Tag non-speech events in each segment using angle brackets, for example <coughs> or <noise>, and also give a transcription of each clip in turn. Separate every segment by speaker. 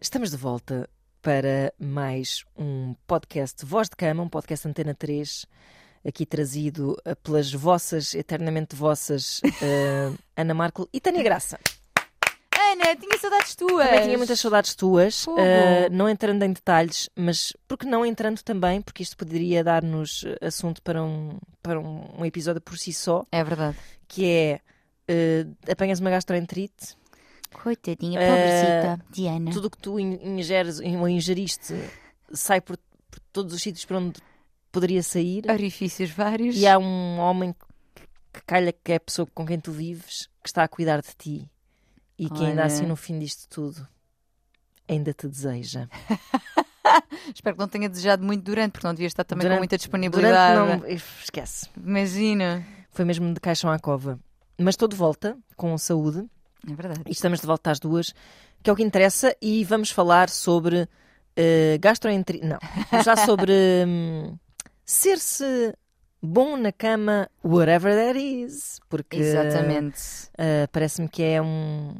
Speaker 1: Estamos de volta para mais um podcast Voz de Cama, um podcast Antena 3, aqui trazido eh, pelas vossas, eternamente vossas, <laughs> eh, Ana Marco e Tânia Graça.
Speaker 2: Ana, tinha saudades tuas.
Speaker 1: Também tinha muitas saudades tuas,
Speaker 2: Fogo.
Speaker 1: eh, não entrando em detalhes, mas porque não entrando também, porque isto poderia dar-nos eh, assunto para um, para um, um episódio por si só,
Speaker 2: É verdade.
Speaker 1: que é eh, apanhas uma gastroenterite,
Speaker 2: Coitadinha,
Speaker 1: Eh,
Speaker 2: pobrecita Diana.
Speaker 1: tudo o que tu in- ingeres in- ou ingeriste sai por, por todos os sítios para onde poderia sair.
Speaker 2: Orifícios vários.
Speaker 1: E há um homem que- que calha que é a pessoa com quem tu vives que está a cuidar de ti e que ainda
Speaker 2: Olha.
Speaker 1: assim no fim disto tudo ainda te deseja.
Speaker 2: Espero que não tenha desejado muito durante, porque não devia estar também
Speaker 1: Durante-
Speaker 2: com muita disponibilidade.
Speaker 1: Durante não. Esquece.
Speaker 2: Imagina.
Speaker 1: Foi mesmo de caixão à cova. Mas estou de volta com saúde
Speaker 2: É verdade.
Speaker 1: e estamos de volta às duas, que é o que interessa, e vamos falar sobre eh, gastroenterite. Não, vamos falar sobre hum, ser-se bom na cama, whatever that is. Porque
Speaker 2: Exatamente.
Speaker 1: Uh, parece-me que é um,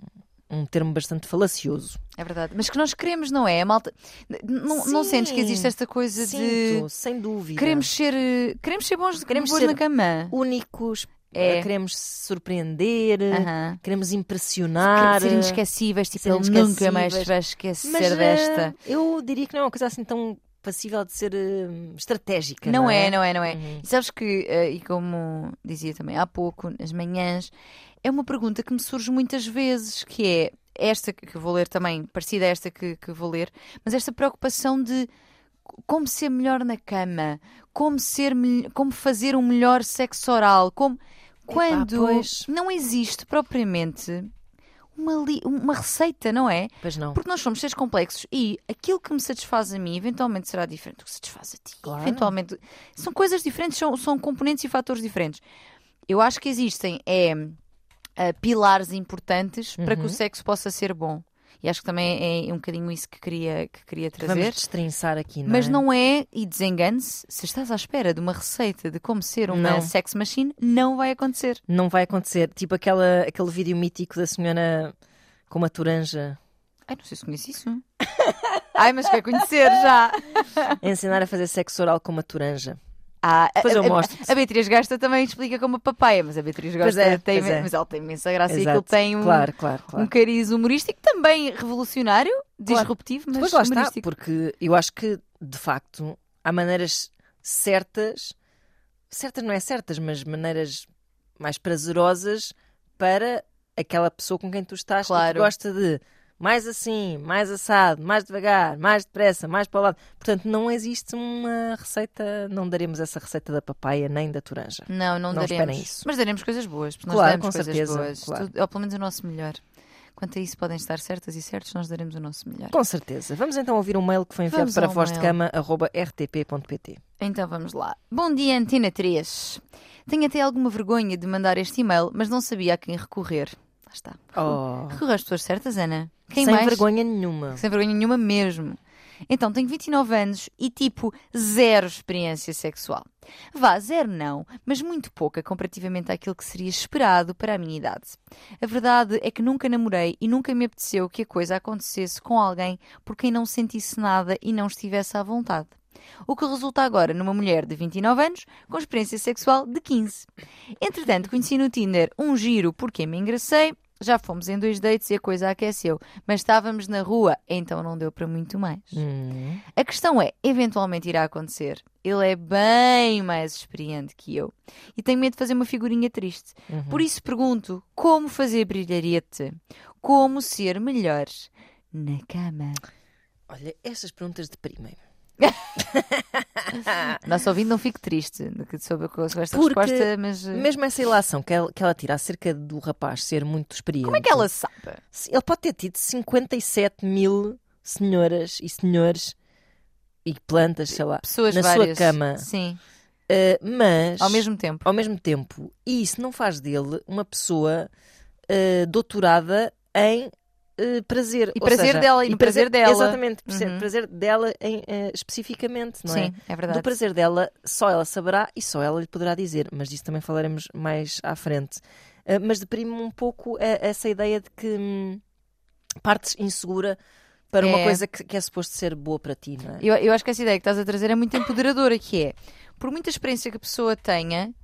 Speaker 1: um termo bastante falacioso.
Speaker 2: É verdade. Mas que nós queremos, não é? A malta. N- Não, não
Speaker 1: Sim.
Speaker 2: sentes que existe esta coisa
Speaker 1: Sinto,
Speaker 2: de.
Speaker 1: sem dúvida.
Speaker 2: Queremos ser, eh, queremos ser bons,
Speaker 1: Queremos
Speaker 2: queremos
Speaker 1: ser-
Speaker 2: na cama.
Speaker 1: únicos,
Speaker 2: É.
Speaker 1: uh, queremos surpreender,
Speaker 2: Aham.
Speaker 1: queremos
Speaker 2: Queremos
Speaker 1: impressionar.
Speaker 2: ser inesquecíveis, tipo,
Speaker 1: ser
Speaker 2: ele nunca mais
Speaker 1: inesquecíveis.
Speaker 2: se vai esquecer
Speaker 1: Mas, uh,
Speaker 2: desta.
Speaker 1: eu diria que não é uma coisa assim tão passível de ser uh, estratégica.
Speaker 2: Não,
Speaker 1: Não,
Speaker 2: é, não é, não é.
Speaker 1: Uhum.
Speaker 2: E sabes que, eh, e como dizia também há pouco, nas manhãs, é uma pergunta que me surge muitas vezes, que é esta que que eu vou ler também, parecida a esta que, que vou ler, mas esta preocupação de como ser melhor na cama, como, ser, mel- como fazer um melhor sexo oral, como... Quando
Speaker 1: pois.
Speaker 2: não existe propriamente uma, li- uma receita, não é?
Speaker 1: Pois não.
Speaker 2: Porque nós somos seres complexos e aquilo que me satisfaz a mim eventualmente será diferente do que satisfaz a ti.
Speaker 1: Claro.
Speaker 2: Eventualmente. São coisas diferentes, são, são componentes e fatores diferentes. Eu acho que existem é, ah, pilares importantes para que
Speaker 1: Uhum.
Speaker 2: o sexo possa ser bom. E acho que também é um bocadinho isso que queria, que queria
Speaker 1: Vamos
Speaker 2: trazer.
Speaker 1: destrinçar aqui, não
Speaker 2: Mas
Speaker 1: é?
Speaker 2: não é, e desengane-se, se estás à espera de uma receita de como ser uma
Speaker 1: Não.
Speaker 2: sex machine, não vai acontecer.
Speaker 1: Não vai acontecer. Tipo aquela, aquele vídeo mítico da senhora com uma
Speaker 2: <laughs>
Speaker 1: toranja
Speaker 2: Ai, não sei se conheço
Speaker 1: <laughs>
Speaker 2: isso. Ai, mas quer conhecer já.
Speaker 1: a ensinar a fazer sexo oral com uma toranja.
Speaker 2: Ah,
Speaker 1: Depois
Speaker 2: a,
Speaker 1: eu
Speaker 2: a-
Speaker 1: mostro-te.
Speaker 2: A Beatriz Gasta também explica como a papaya, mas a Beatriz
Speaker 1: Pois
Speaker 2: Gasta
Speaker 1: é,
Speaker 2: tem,
Speaker 1: pois é.
Speaker 2: mas ela tem imensa graça e
Speaker 1: Exato.
Speaker 2: aquilo tem um,
Speaker 1: Claro, claro, claro.
Speaker 2: um cariz humorístico também revolucionário, disruptivo, mas
Speaker 1: Depois lá está,
Speaker 2: humorístico.
Speaker 1: porque eu acho que, de facto, há maneiras certas, certas não é certas, mas maneiras mais prazerosas para aquela pessoa com quem tu estás e que
Speaker 2: Claro.
Speaker 1: gosta de mais assim, mais assado, mais devagar, mais depressa, mais para o lado. Portanto, não existe uma receita, não daremos essa receita da papaya nem da toranja.
Speaker 2: Não, não,
Speaker 1: Não
Speaker 2: daremos.
Speaker 1: esperem isso.
Speaker 2: Mas daremos coisas boas, porque
Speaker 1: Claro,
Speaker 2: nós daremos
Speaker 1: com
Speaker 2: coisas
Speaker 1: certeza,
Speaker 2: boas.
Speaker 1: claro.
Speaker 2: Tudo- ou pelo menos o nosso melhor. Quanto a isso podem estar certas e certos, nós daremos o nosso melhor.
Speaker 1: Com certeza. Vamos então ouvir um mail que foi enviado
Speaker 2: Vamos
Speaker 1: para
Speaker 2: ao
Speaker 1: vozdecama.rtp.pt.
Speaker 2: Então vamos lá. Bom dia, Antena 3. Tenho até alguma vergonha de mandar este e-mail, mas não sabia a quem recorrer. Lá está.
Speaker 1: Oh,
Speaker 2: Recorrer às pessoas certas, Ana. Quem
Speaker 1: sem
Speaker 2: mais?
Speaker 1: vergonha nenhuma.
Speaker 2: Sem vergonha nenhuma mesmo. Então, tenho 29 anos e tipo zero experiência sexual. Vá, zero não, mas muito pouca comparativamente àquilo que seria esperado para a minha idade. A verdade é que nunca namorei e nunca me apeteceu que a coisa acontecesse com alguém por quem não sentisse nada e não estivesse à vontade. O que resulta agora numa mulher de 29 anos com experiência sexual de 15. Entretanto, conheci no Tinder um giro porque me engracei, já fomos em dois dates e a coisa aqueceu, mas estávamos na rua, então não deu para muito mais.
Speaker 1: Hum.
Speaker 2: A questão é, eventualmente irá acontecer. Ele é bem mais experiente que eu e tenho medo de fazer uma figurinha triste.
Speaker 1: Uhum.
Speaker 2: Por isso pergunto, como fazer brilharete? Como ser melhor na cama?
Speaker 1: Olha, estas perguntas deprimem.
Speaker 2: <laughs> Nosso ouvinte não fique triste que soube com com esta
Speaker 1: Porque-
Speaker 2: resposta, mas... eh,
Speaker 1: Mesmo essa ilação que ela, que ela tira acerca do rapaz ser muito experiente.
Speaker 2: Como é que ela sabe?
Speaker 1: Ele pode ter tido 57 mil senhoras e senhores e plantas, sei lá,
Speaker 2: Pessoas
Speaker 1: Na sua
Speaker 2: várias.
Speaker 1: cama.
Speaker 2: Sim,
Speaker 1: Eh, mas
Speaker 2: ao mesmo tempo.
Speaker 1: ao mesmo tempo, isso não faz dele uma pessoa eh, doutorada em eh, prazer.
Speaker 2: E
Speaker 1: Ou
Speaker 2: prazer
Speaker 1: seja,
Speaker 2: dela, e no prazer dela.
Speaker 1: Exatamente, prazer,
Speaker 2: Uhum.
Speaker 1: prazer dela em, eh, especificamente, não é?
Speaker 2: Sim, é verdade.
Speaker 1: Do prazer dela, só ela saberá e só ela lhe poderá dizer, mas disso também falaremos mais à frente. Ah, mas deprime-me um pouco eh, essa ideia de que hum, partes insegura para uma
Speaker 2: É.
Speaker 1: coisa que, que é suposto ser boa para ti, não é?
Speaker 2: Eu, eu acho que essa ideia que estás a trazer é muito empoderadora, que é, por muita experiência que a pessoa tenha,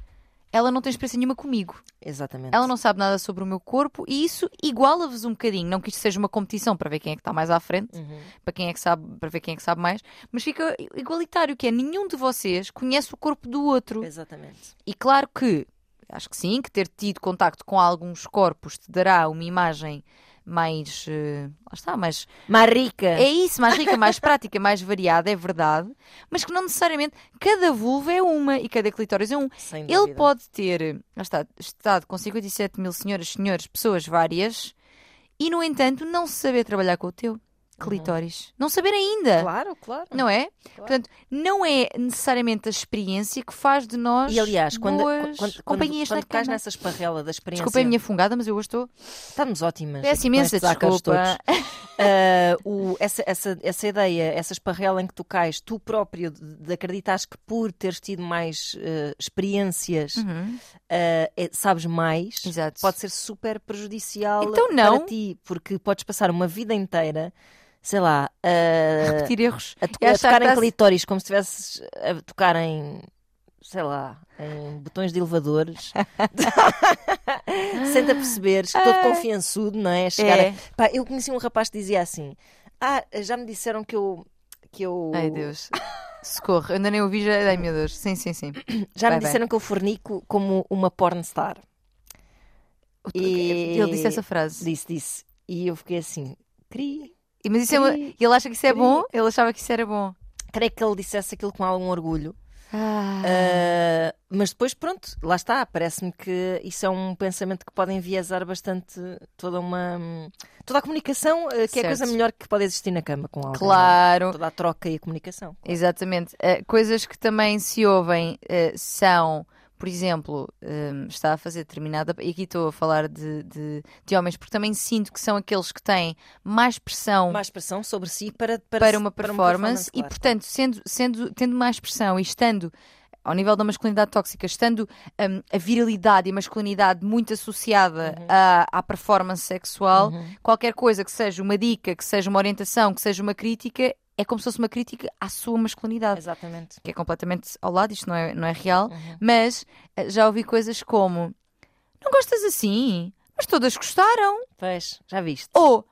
Speaker 2: ela não tem experiência nenhuma comigo.
Speaker 1: Exatamente.
Speaker 2: Ela não sabe nada sobre o meu corpo e isso iguala-vos um bocadinho. Não que isto seja uma competição para ver quem é que está mais à frente,
Speaker 1: Uhum.
Speaker 2: para quem é que sabe, para ver quem é que sabe mais, mas fica igualitário, que é nenhum de vocês conhece o corpo do outro.
Speaker 1: Exatamente.
Speaker 2: E claro que, acho que sim, que ter tido contacto com alguns corpos te dará uma imagem mais, eh, lá está, mais
Speaker 1: Marica!
Speaker 2: é isso, mais rica,
Speaker 1: <laughs>
Speaker 2: mais prática, mais variada, é verdade, mas que não necessariamente cada vulva é uma e cada clitóris é um.
Speaker 1: Sem
Speaker 2: Ele
Speaker 1: dúvida.
Speaker 2: pode ter eh, lá está, estado com 57 mil senhoras, senhores, pessoas várias e, no entanto, não saber trabalhar com o teu clitóris. Não saber ainda,
Speaker 1: Uhum. Claro, claro.
Speaker 2: não é? Portanto, não é necessariamente a experiência que faz de nós
Speaker 1: E aliás, quando, quando,
Speaker 2: boas
Speaker 1: quando,
Speaker 2: companhias
Speaker 1: quando
Speaker 2: na
Speaker 1: cais
Speaker 2: cama.
Speaker 1: nessa esparrela da experiência,
Speaker 2: Desculpa a minha fungada, mas eu hoje estou.
Speaker 1: estamos ótimas.
Speaker 2: Peço
Speaker 1: aqui com
Speaker 2: imensa
Speaker 1: estes ácaros todos.
Speaker 2: desculpa.
Speaker 1: Ah, o- essa, essa, essa ideia, essa esparrela em que tu cais, tu próprio de, de acreditas que por teres tido mais eh, experiências
Speaker 2: Uhum,
Speaker 1: ah, é- sabes mais,
Speaker 2: Exato.
Speaker 1: pode ser super prejudicial
Speaker 2: Então não.
Speaker 1: para ti, porque podes passar uma vida inteira, sei lá, ah, a,
Speaker 2: repetir erros.
Speaker 1: a, to-
Speaker 2: E
Speaker 1: a
Speaker 2: achar
Speaker 1: tocar
Speaker 2: que
Speaker 1: em
Speaker 2: estás-
Speaker 1: clitóris como se estivesses a tocar em, sei lá, em botões de elevadores, <laughs> sem te aperceberes, todo confiançudo, não é? Chegar a-
Speaker 2: Ah. É.
Speaker 1: Pá, eu conheci um rapaz que dizia assim: Ah, já me disseram que eu. Que eu
Speaker 2: Ai Deus. <laughs> Socorro, eu ainda nem ouvi, já. Ai meu Deus. Sim, sim, sim.
Speaker 1: já me
Speaker 2: vai, vai.
Speaker 1: disseram que eu fornico como uma pornstar. é E-
Speaker 2: Ele disse essa frase.
Speaker 1: Disse, disse. E eu fiquei assim: Cri.
Speaker 2: E- Mas isso é uma...
Speaker 1: Sim.
Speaker 2: e Ele acha que isso é
Speaker 1: Sim.
Speaker 2: bom? Ele achava que isso era bom.
Speaker 1: Creio que ele dissesse aquilo com algum orgulho.
Speaker 2: Ah,
Speaker 1: Ah, mas depois, pronto, lá está. Parece-me que isso é um pensamento que pode enviesar bastante toda uma. toda a comunicação, ah, que é a coisa
Speaker 2: Certo.
Speaker 1: melhor que pode existir na cama com alguém.
Speaker 2: Ah, claro.
Speaker 1: Toda a troca e a comunicação.
Speaker 2: Exatamente. Eh, coisas que também se ouvem eh, são, por exemplo, eh, está a fazer determinada. E aqui estou a falar de, de, de homens, porque também sinto que são aqueles que têm mais pressão
Speaker 1: Mais pressão sobre si para, para,
Speaker 2: para uma
Speaker 1: para
Speaker 2: performance, e,
Speaker 1: claro.
Speaker 2: portanto, sendo, sendo, tendo mais pressão e estando ao nível da masculinidade tóxica, estando hum, a virilidade e a masculinidade muito associada à, à performance sexual,
Speaker 1: Uhum.
Speaker 2: qualquer coisa que seja uma dica, que seja uma orientação, que seja uma crítica, é como se fosse uma crítica à sua masculinidade,
Speaker 1: Exatamente.
Speaker 2: que é completamente ao lado, isto não é, não é real,
Speaker 1: Uhum.
Speaker 2: mas eh, já ouvi coisas como: não gostas assim, mas todas gostaram.
Speaker 1: Pois, já viste.
Speaker 2: Ou,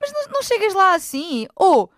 Speaker 2: mas não, não chegas lá assim. Ou,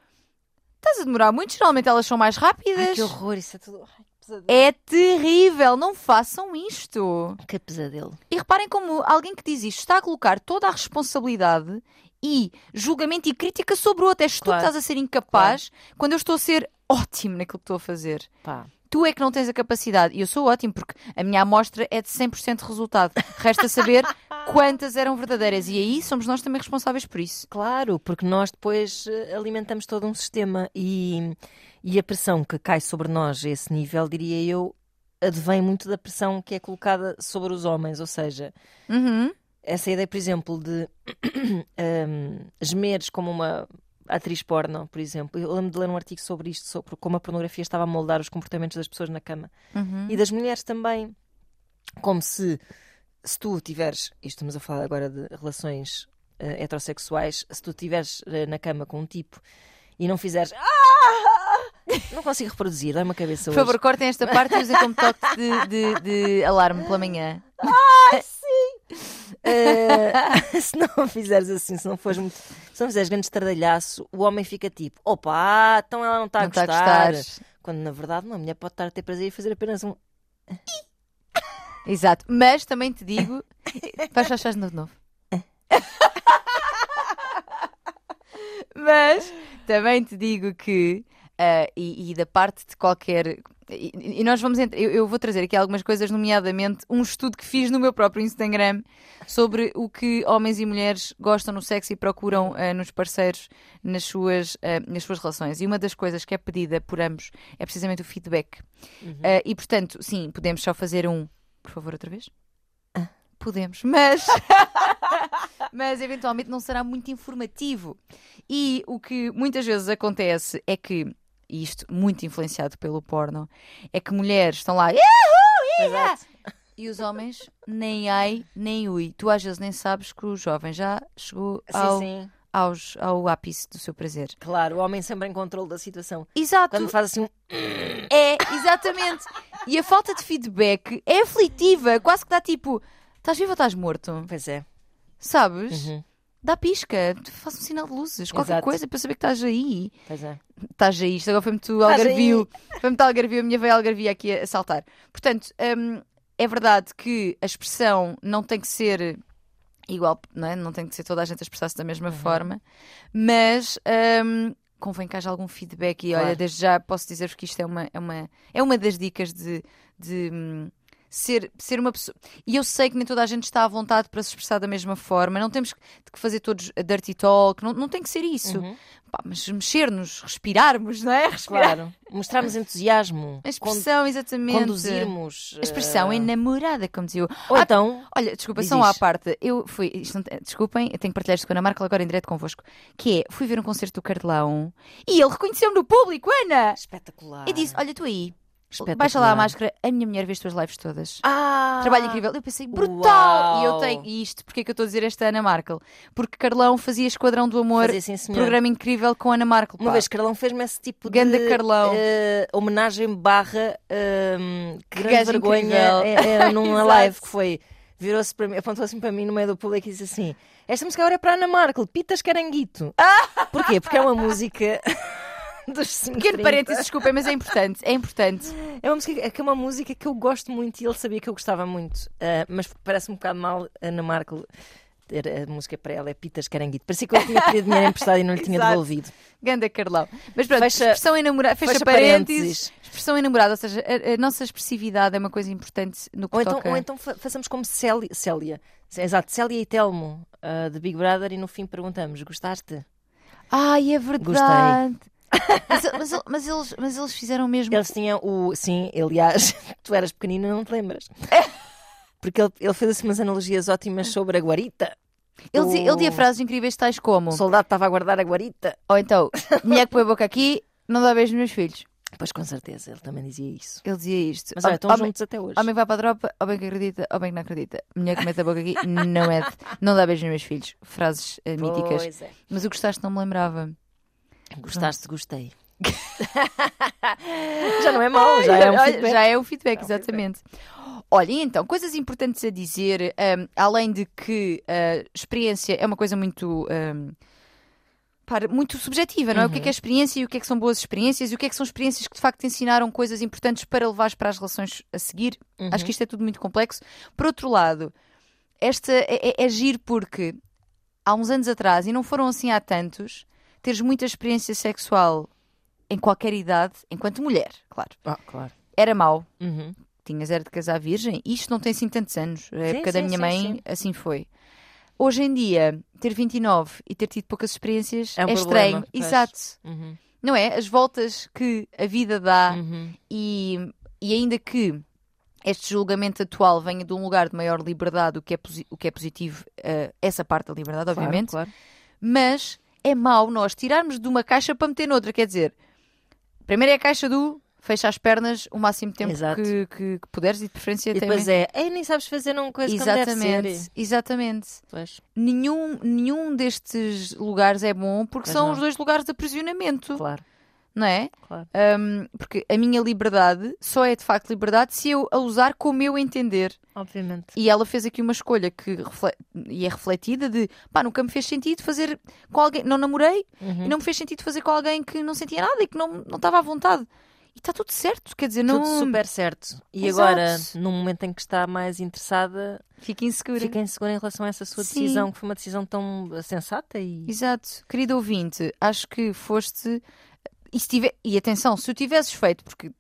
Speaker 2: estás a demorar muito, geralmente elas são mais rápidas.
Speaker 1: Ai, que horror, isso é tudo. Ai, que pesadelo.
Speaker 2: É terrível, não façam isto.
Speaker 1: Que pesadelo.
Speaker 2: E reparem como alguém que diz isto está a colocar toda a responsabilidade e julgamento e crítica sobre o outro. És tu
Speaker 1: Claro.
Speaker 2: que estás a ser incapaz quando eu estou a ser ótimo naquilo que estou a fazer.
Speaker 1: Pá.
Speaker 2: Tu é que não tens a capacidade. E eu sou ótimo porque a minha amostra é de 100% resultado. Resta <laughs> saber quantas eram verdadeiras. E aí somos nós também responsáveis por isso.
Speaker 1: Claro, porque nós depois eh, alimentamos todo um sistema e, e a pressão que cai sobre nós a esse nível, diria eu, advém muito da pressão que é colocada sobre os homens. Ou seja,
Speaker 2: Uhum.
Speaker 1: essa ideia, por exemplo, de <clears throat> ehm, gemeres como uma atriz porno, por exemplo. Eu lembro de ler um artigo sobre isto, sobre como a pornografia estava a moldar os comportamentos das pessoas na cama.
Speaker 2: Uhum.
Speaker 1: e das mulheres também. Como se, se tu tiveres, e estamos a falar agora de relações eh, heterossexuais, se tu tiveres eh, na cama com um tipo e não fizeres. "Ah!" Não consigo reproduzir, dá uma cabeça
Speaker 2: Por
Speaker 1: hoje.
Speaker 2: favor, cortem <laughs> esta parte e usem como toque de, de- de alarme pela manhã.
Speaker 1: Eh, <laughs> se não fizeres assim, se não fores muito. Se não fizeres grande estardalhaço, o homem fica tipo: opa, então ela não está a
Speaker 2: não está
Speaker 1: gostar.
Speaker 2: Tá a gostar.
Speaker 1: Quando na verdade uma mulher pode estar a ter prazer e fazer apenas um.
Speaker 2: Exato. Mas também te digo. Vais achar de novo. Mas também te digo que. ah, e, e da parte de qualquer. E, e nós vamos entrar. Eu, eu vou trazer aqui algumas coisas, nomeadamente um estudo que fiz no meu próprio Instagram sobre o que homens e mulheres gostam no sexo e procuram ah, nos parceiros nas suas, ah, nas suas relações. E uma das coisas que é pedida por ambos é precisamente o feedback.
Speaker 1: Uhum.
Speaker 2: Ah, e portanto, sim, podemos só fazer um. Por favor, outra vez? Podemos, mas. <laughs> mas eventualmente não será muito informativo. E o que muitas vezes acontece é que, e isto muito influenciado pelo porno, é que mulheres estão lá.
Speaker 1: Exato.
Speaker 2: E os homens, nem ai, nem ui. Tu às vezes nem sabes que o jovem já chegou
Speaker 1: Sim,
Speaker 2: ao,
Speaker 1: sim.
Speaker 2: aos, ao ápice do seu prazer.
Speaker 1: Claro, o homem sempre em controle da situação.
Speaker 2: Exato.
Speaker 1: Quando faz assim um.
Speaker 2: É, exatamente. E a falta de feedback é aflitiva, quase que dá tipo: estás vivo ou estás morto?
Speaker 1: Pois é.
Speaker 2: Sabes?
Speaker 1: Uhum.
Speaker 2: Dá pisca, faz um sinal de luzes, qualquer
Speaker 1: Exato.
Speaker 2: coisa para saber que estás aí.
Speaker 1: Pois é.
Speaker 2: Estás aí, isto agora foi muito
Speaker 1: Estás
Speaker 2: algarvio. Foi muito algarvio, a minha veia algarvia aqui a a saltar. Portanto, hum, é verdade que a expressão não tem que ser igual, não, é? não tem que ser toda a gente a expressar-se da
Speaker 1: Uhum.
Speaker 2: mesma forma, mas hum, convém que haja algum feedback. E
Speaker 1: Claro.
Speaker 2: olha, desde já posso dizer-vos que isto é uma, é uma, é uma das dicas de. de, hum, Ser, ser uma pessoa. E eu sei que nem toda a gente está à vontade para se expressar da mesma forma, não temos que fazer todos dirty talk, não, não tem que ser isso. <laughs>
Speaker 1: Uhum.
Speaker 2: Pá, mas mexer-nos, respirarmos, não é? Respirar.
Speaker 1: Claro. Mostrarmos entusiasmo.
Speaker 2: A expressão,
Speaker 1: con-
Speaker 2: exatamente.
Speaker 1: conduzirmos.
Speaker 2: A expressão
Speaker 1: eh,
Speaker 2: enamorada, como dizia. eu.
Speaker 1: Ou
Speaker 2: Ah,
Speaker 1: então.
Speaker 2: Olha, desculpa,
Speaker 1: Diz
Speaker 2: só um à
Speaker 1: isso.
Speaker 2: parte. Eu fui. isto não tem- desculpem, eu tenho que partilhar isto com a Ana Marca agora em direto convosco. Que é, fui ver um concerto do Cardelão e ele reconheceu-me no público, Ana!
Speaker 1: Espetacular.
Speaker 2: ah, E disse: Olha, tu aí,
Speaker 1: Espetacular.
Speaker 2: baixa lá a máscara, é a minha mulher vê as tuas lives todas.
Speaker 1: Ah!
Speaker 2: Trabalho incrível. Eu pensei, brutal! E eu
Speaker 1: Uau!
Speaker 2: tenho e isto, porque é que eu estou a dizer esta Ana Markel? Porque Carlão fazia Esquadrão do Amor,
Speaker 1: Fazia, sim, senhor.
Speaker 2: programa incrível com Ana Markel.
Speaker 1: Uma
Speaker 2: pá.
Speaker 1: vez Carlão fez-me esse tipo
Speaker 2: Ganda
Speaker 1: de
Speaker 2: Carlão.
Speaker 1: eh, homenagem barra ehm, que grande
Speaker 2: gajo
Speaker 1: vergonha
Speaker 2: incrível.
Speaker 1: eh, eh,
Speaker 2: <laughs>
Speaker 1: numa
Speaker 2: Exato.
Speaker 1: live que foi. Virou-se para mim, apontou assim para mim no meio do público e disse assim: Esta música agora é para Ana Markel, Pitas
Speaker 2: <laughs>
Speaker 1: Caranguito. Porquê? Porque é uma música <laughs> dos
Speaker 2: Pequeno
Speaker 1: 30.
Speaker 2: parênteses, desculpem, mas é importante, é importante.
Speaker 1: É uma, música, é que é uma música que eu gosto muito e ele sabia que eu gostava muito, Ah, mas parece um bocado mal a Ana Markel ter a música para ela, é Pitas Caranguito. Parecia que eu tinha pedido dinheiro emprestado e não lhe tinha
Speaker 2: <laughs> Exato.
Speaker 1: devolvido.
Speaker 2: Ganda Carlão. Mas pronto,
Speaker 1: Fecha-
Speaker 2: expressão enamorada, fecha,
Speaker 1: fecha
Speaker 2: parênteses,
Speaker 1: parênteses.
Speaker 2: expressão enamorada, ou seja, a, a nossa expressividade é uma coisa importante no que
Speaker 1: Ou então,
Speaker 2: toca.
Speaker 1: ou então fa- façamos como Célia, Célia. Sim, Exato, Célia e Telmo ah, de Big Brother e no fim perguntamos: gostaste?
Speaker 2: Ai, é verdade. Mas, mas ele- mas eles, mas eles fizeram mesmo.
Speaker 1: Eles tinham o. Sim, aliás, <laughs> tu eras pequenina, não te <laughs> lembras? Porque ele, ele fez assim umas analogias ótimas sobre a guarita.
Speaker 2: Ele, dizia- ele tinha
Speaker 1: o-
Speaker 2: frases incríveis tais como:
Speaker 1: O soldado estava a guardar a guarita.
Speaker 2: Ou então, mulher que põe a boca aqui, não dá beijo nos meus filhos.
Speaker 1: Pois com certeza, ele também dizia isso.
Speaker 2: Ele dizia isto.
Speaker 1: Mas olha, estão
Speaker 2: Homem-
Speaker 1: juntos até hoje.
Speaker 2: Homem que vai para a tropa, homem que acredita, homem que não acredita. Mulher que mete a boca aqui, não é. Não dá beijo nos meus filhos. Frases eh, míticas.
Speaker 1: Pois é.
Speaker 2: Mas o gostaste não me lembrava.
Speaker 1: Hum. Gostaste, gostei. <laughs> já não é mau, já é um
Speaker 2: Olha,
Speaker 1: feedback.
Speaker 2: já é um feedback,
Speaker 1: Já é um
Speaker 2: exatamente. Olha, e então, coisas importantes a dizer, hum, além de que a experiência é uma coisa muito. hum, para- muito subjetiva, não é? O que é que é experiência e o que é que são boas experiências e o que é que são experiências que de facto te ensinaram coisas importantes para levares para as relações a seguir. Acho que isto é tudo muito complexo. Por outro lado, esta é, é, é giro porque há uns anos atrás, e não foram assim há tantos, teres muita experiência sexual em qualquer idade, enquanto mulher, claro
Speaker 1: Ah, claro.
Speaker 2: era mau.
Speaker 1: Uhum.
Speaker 2: Tinhas era de casar virgem. Isto não tem assim tantos anos. A época da
Speaker 1: sim,
Speaker 2: minha
Speaker 1: sim,
Speaker 2: mãe,
Speaker 1: sim.
Speaker 2: assim foi. Hoje em dia, ter 29 e ter tido poucas experiências é,
Speaker 1: É um
Speaker 2: estranho.
Speaker 1: problema, pois.
Speaker 2: Exato.
Speaker 1: Uhum.
Speaker 2: Não é? As voltas que a vida dá
Speaker 1: Uhum.
Speaker 2: e, e ainda que este julgamento atual venha de um lugar de maior liberdade, o que é, posi- o que é positivo, eh, essa parte da liberdade,
Speaker 1: Claro,
Speaker 2: obviamente
Speaker 1: claro.
Speaker 2: mas é mau nós tirarmos de uma caixa para meter noutra. Quer dizer, primeiro é a caixa do fecha as pernas o máximo tempo
Speaker 1: Exato.
Speaker 2: que, que- que puderes e de
Speaker 1: E
Speaker 2: preferência até
Speaker 1: depois
Speaker 2: mesmo-
Speaker 1: é, ei, nem sabes fazer uma coisa como deve
Speaker 2: Exatamente,
Speaker 1: ser.
Speaker 2: exatamente.
Speaker 1: Pois,
Speaker 2: Nenhum, nenhum destes lugares é bom porque
Speaker 1: Pois
Speaker 2: são
Speaker 1: não.
Speaker 2: os dois lugares de aprisionamento,
Speaker 1: claro,
Speaker 2: não é?
Speaker 1: claro.
Speaker 2: Hum, porque a minha liberdade só é de facto liberdade se eu a usar como eu entender.
Speaker 1: Obviamente.
Speaker 2: E ela fez aqui uma escolha que refle- e é refletida de pá, nunca me fez sentido fazer com alguém, não namorei,
Speaker 1: Uhum.
Speaker 2: e não me fez sentido fazer com alguém que não sentia nada e que não, não estava à vontade. E está tudo certo, quer dizer, não
Speaker 1: Tudo super certo. E
Speaker 2: Exato.
Speaker 1: agora, num momento em que está mais interessada,
Speaker 2: fica insegura.
Speaker 1: fica insegura em relação a essa sua
Speaker 2: Sim.
Speaker 1: decisão, que foi uma decisão tão sensata e.
Speaker 2: Exato. Querido ouvinte, acho que foste. E, se tiver- e atenção, se o tivesses feito, porque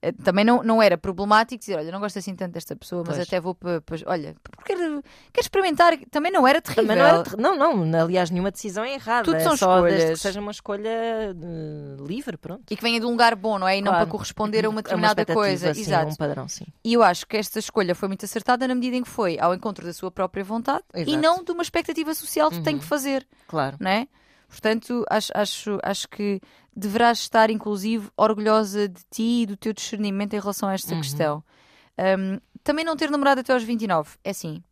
Speaker 2: eh, também não, não era problemático dizer, olha, não gosto assim tanto desta pessoa, mas
Speaker 1: Pois.
Speaker 2: até vou para. Olha, porque quero, quero experimentar. Também não era terrível.
Speaker 1: Também não, era ter- não, não, aliás, nenhuma decisão é errada.
Speaker 2: é Tudo
Speaker 1: é
Speaker 2: são
Speaker 1: só desde
Speaker 2: escolhas.
Speaker 1: que seja uma escolha eh, livre, pronto.
Speaker 2: E que venha de um lugar bom, não é? E não
Speaker 1: Claro.
Speaker 2: para corresponder
Speaker 1: É
Speaker 2: a uma
Speaker 1: uma
Speaker 2: determinada
Speaker 1: expectativa,
Speaker 2: coisa.
Speaker 1: sim,
Speaker 2: Exato.
Speaker 1: um padrão, sim.
Speaker 2: E eu acho que esta escolha foi muito acertada na medida em que foi ao encontro da sua própria vontade e
Speaker 1: Exato. Uhum.
Speaker 2: não de uma expectativa social de tenho que fazer,
Speaker 1: Claro.
Speaker 2: não é? Portanto, acho, acho, acho que deverás estar, inclusive, orgulhosa de ti e do teu discernimento em relação a esta
Speaker 1: Uhum.
Speaker 2: questão. Hum, também não ter namorado até aos 29, é assim.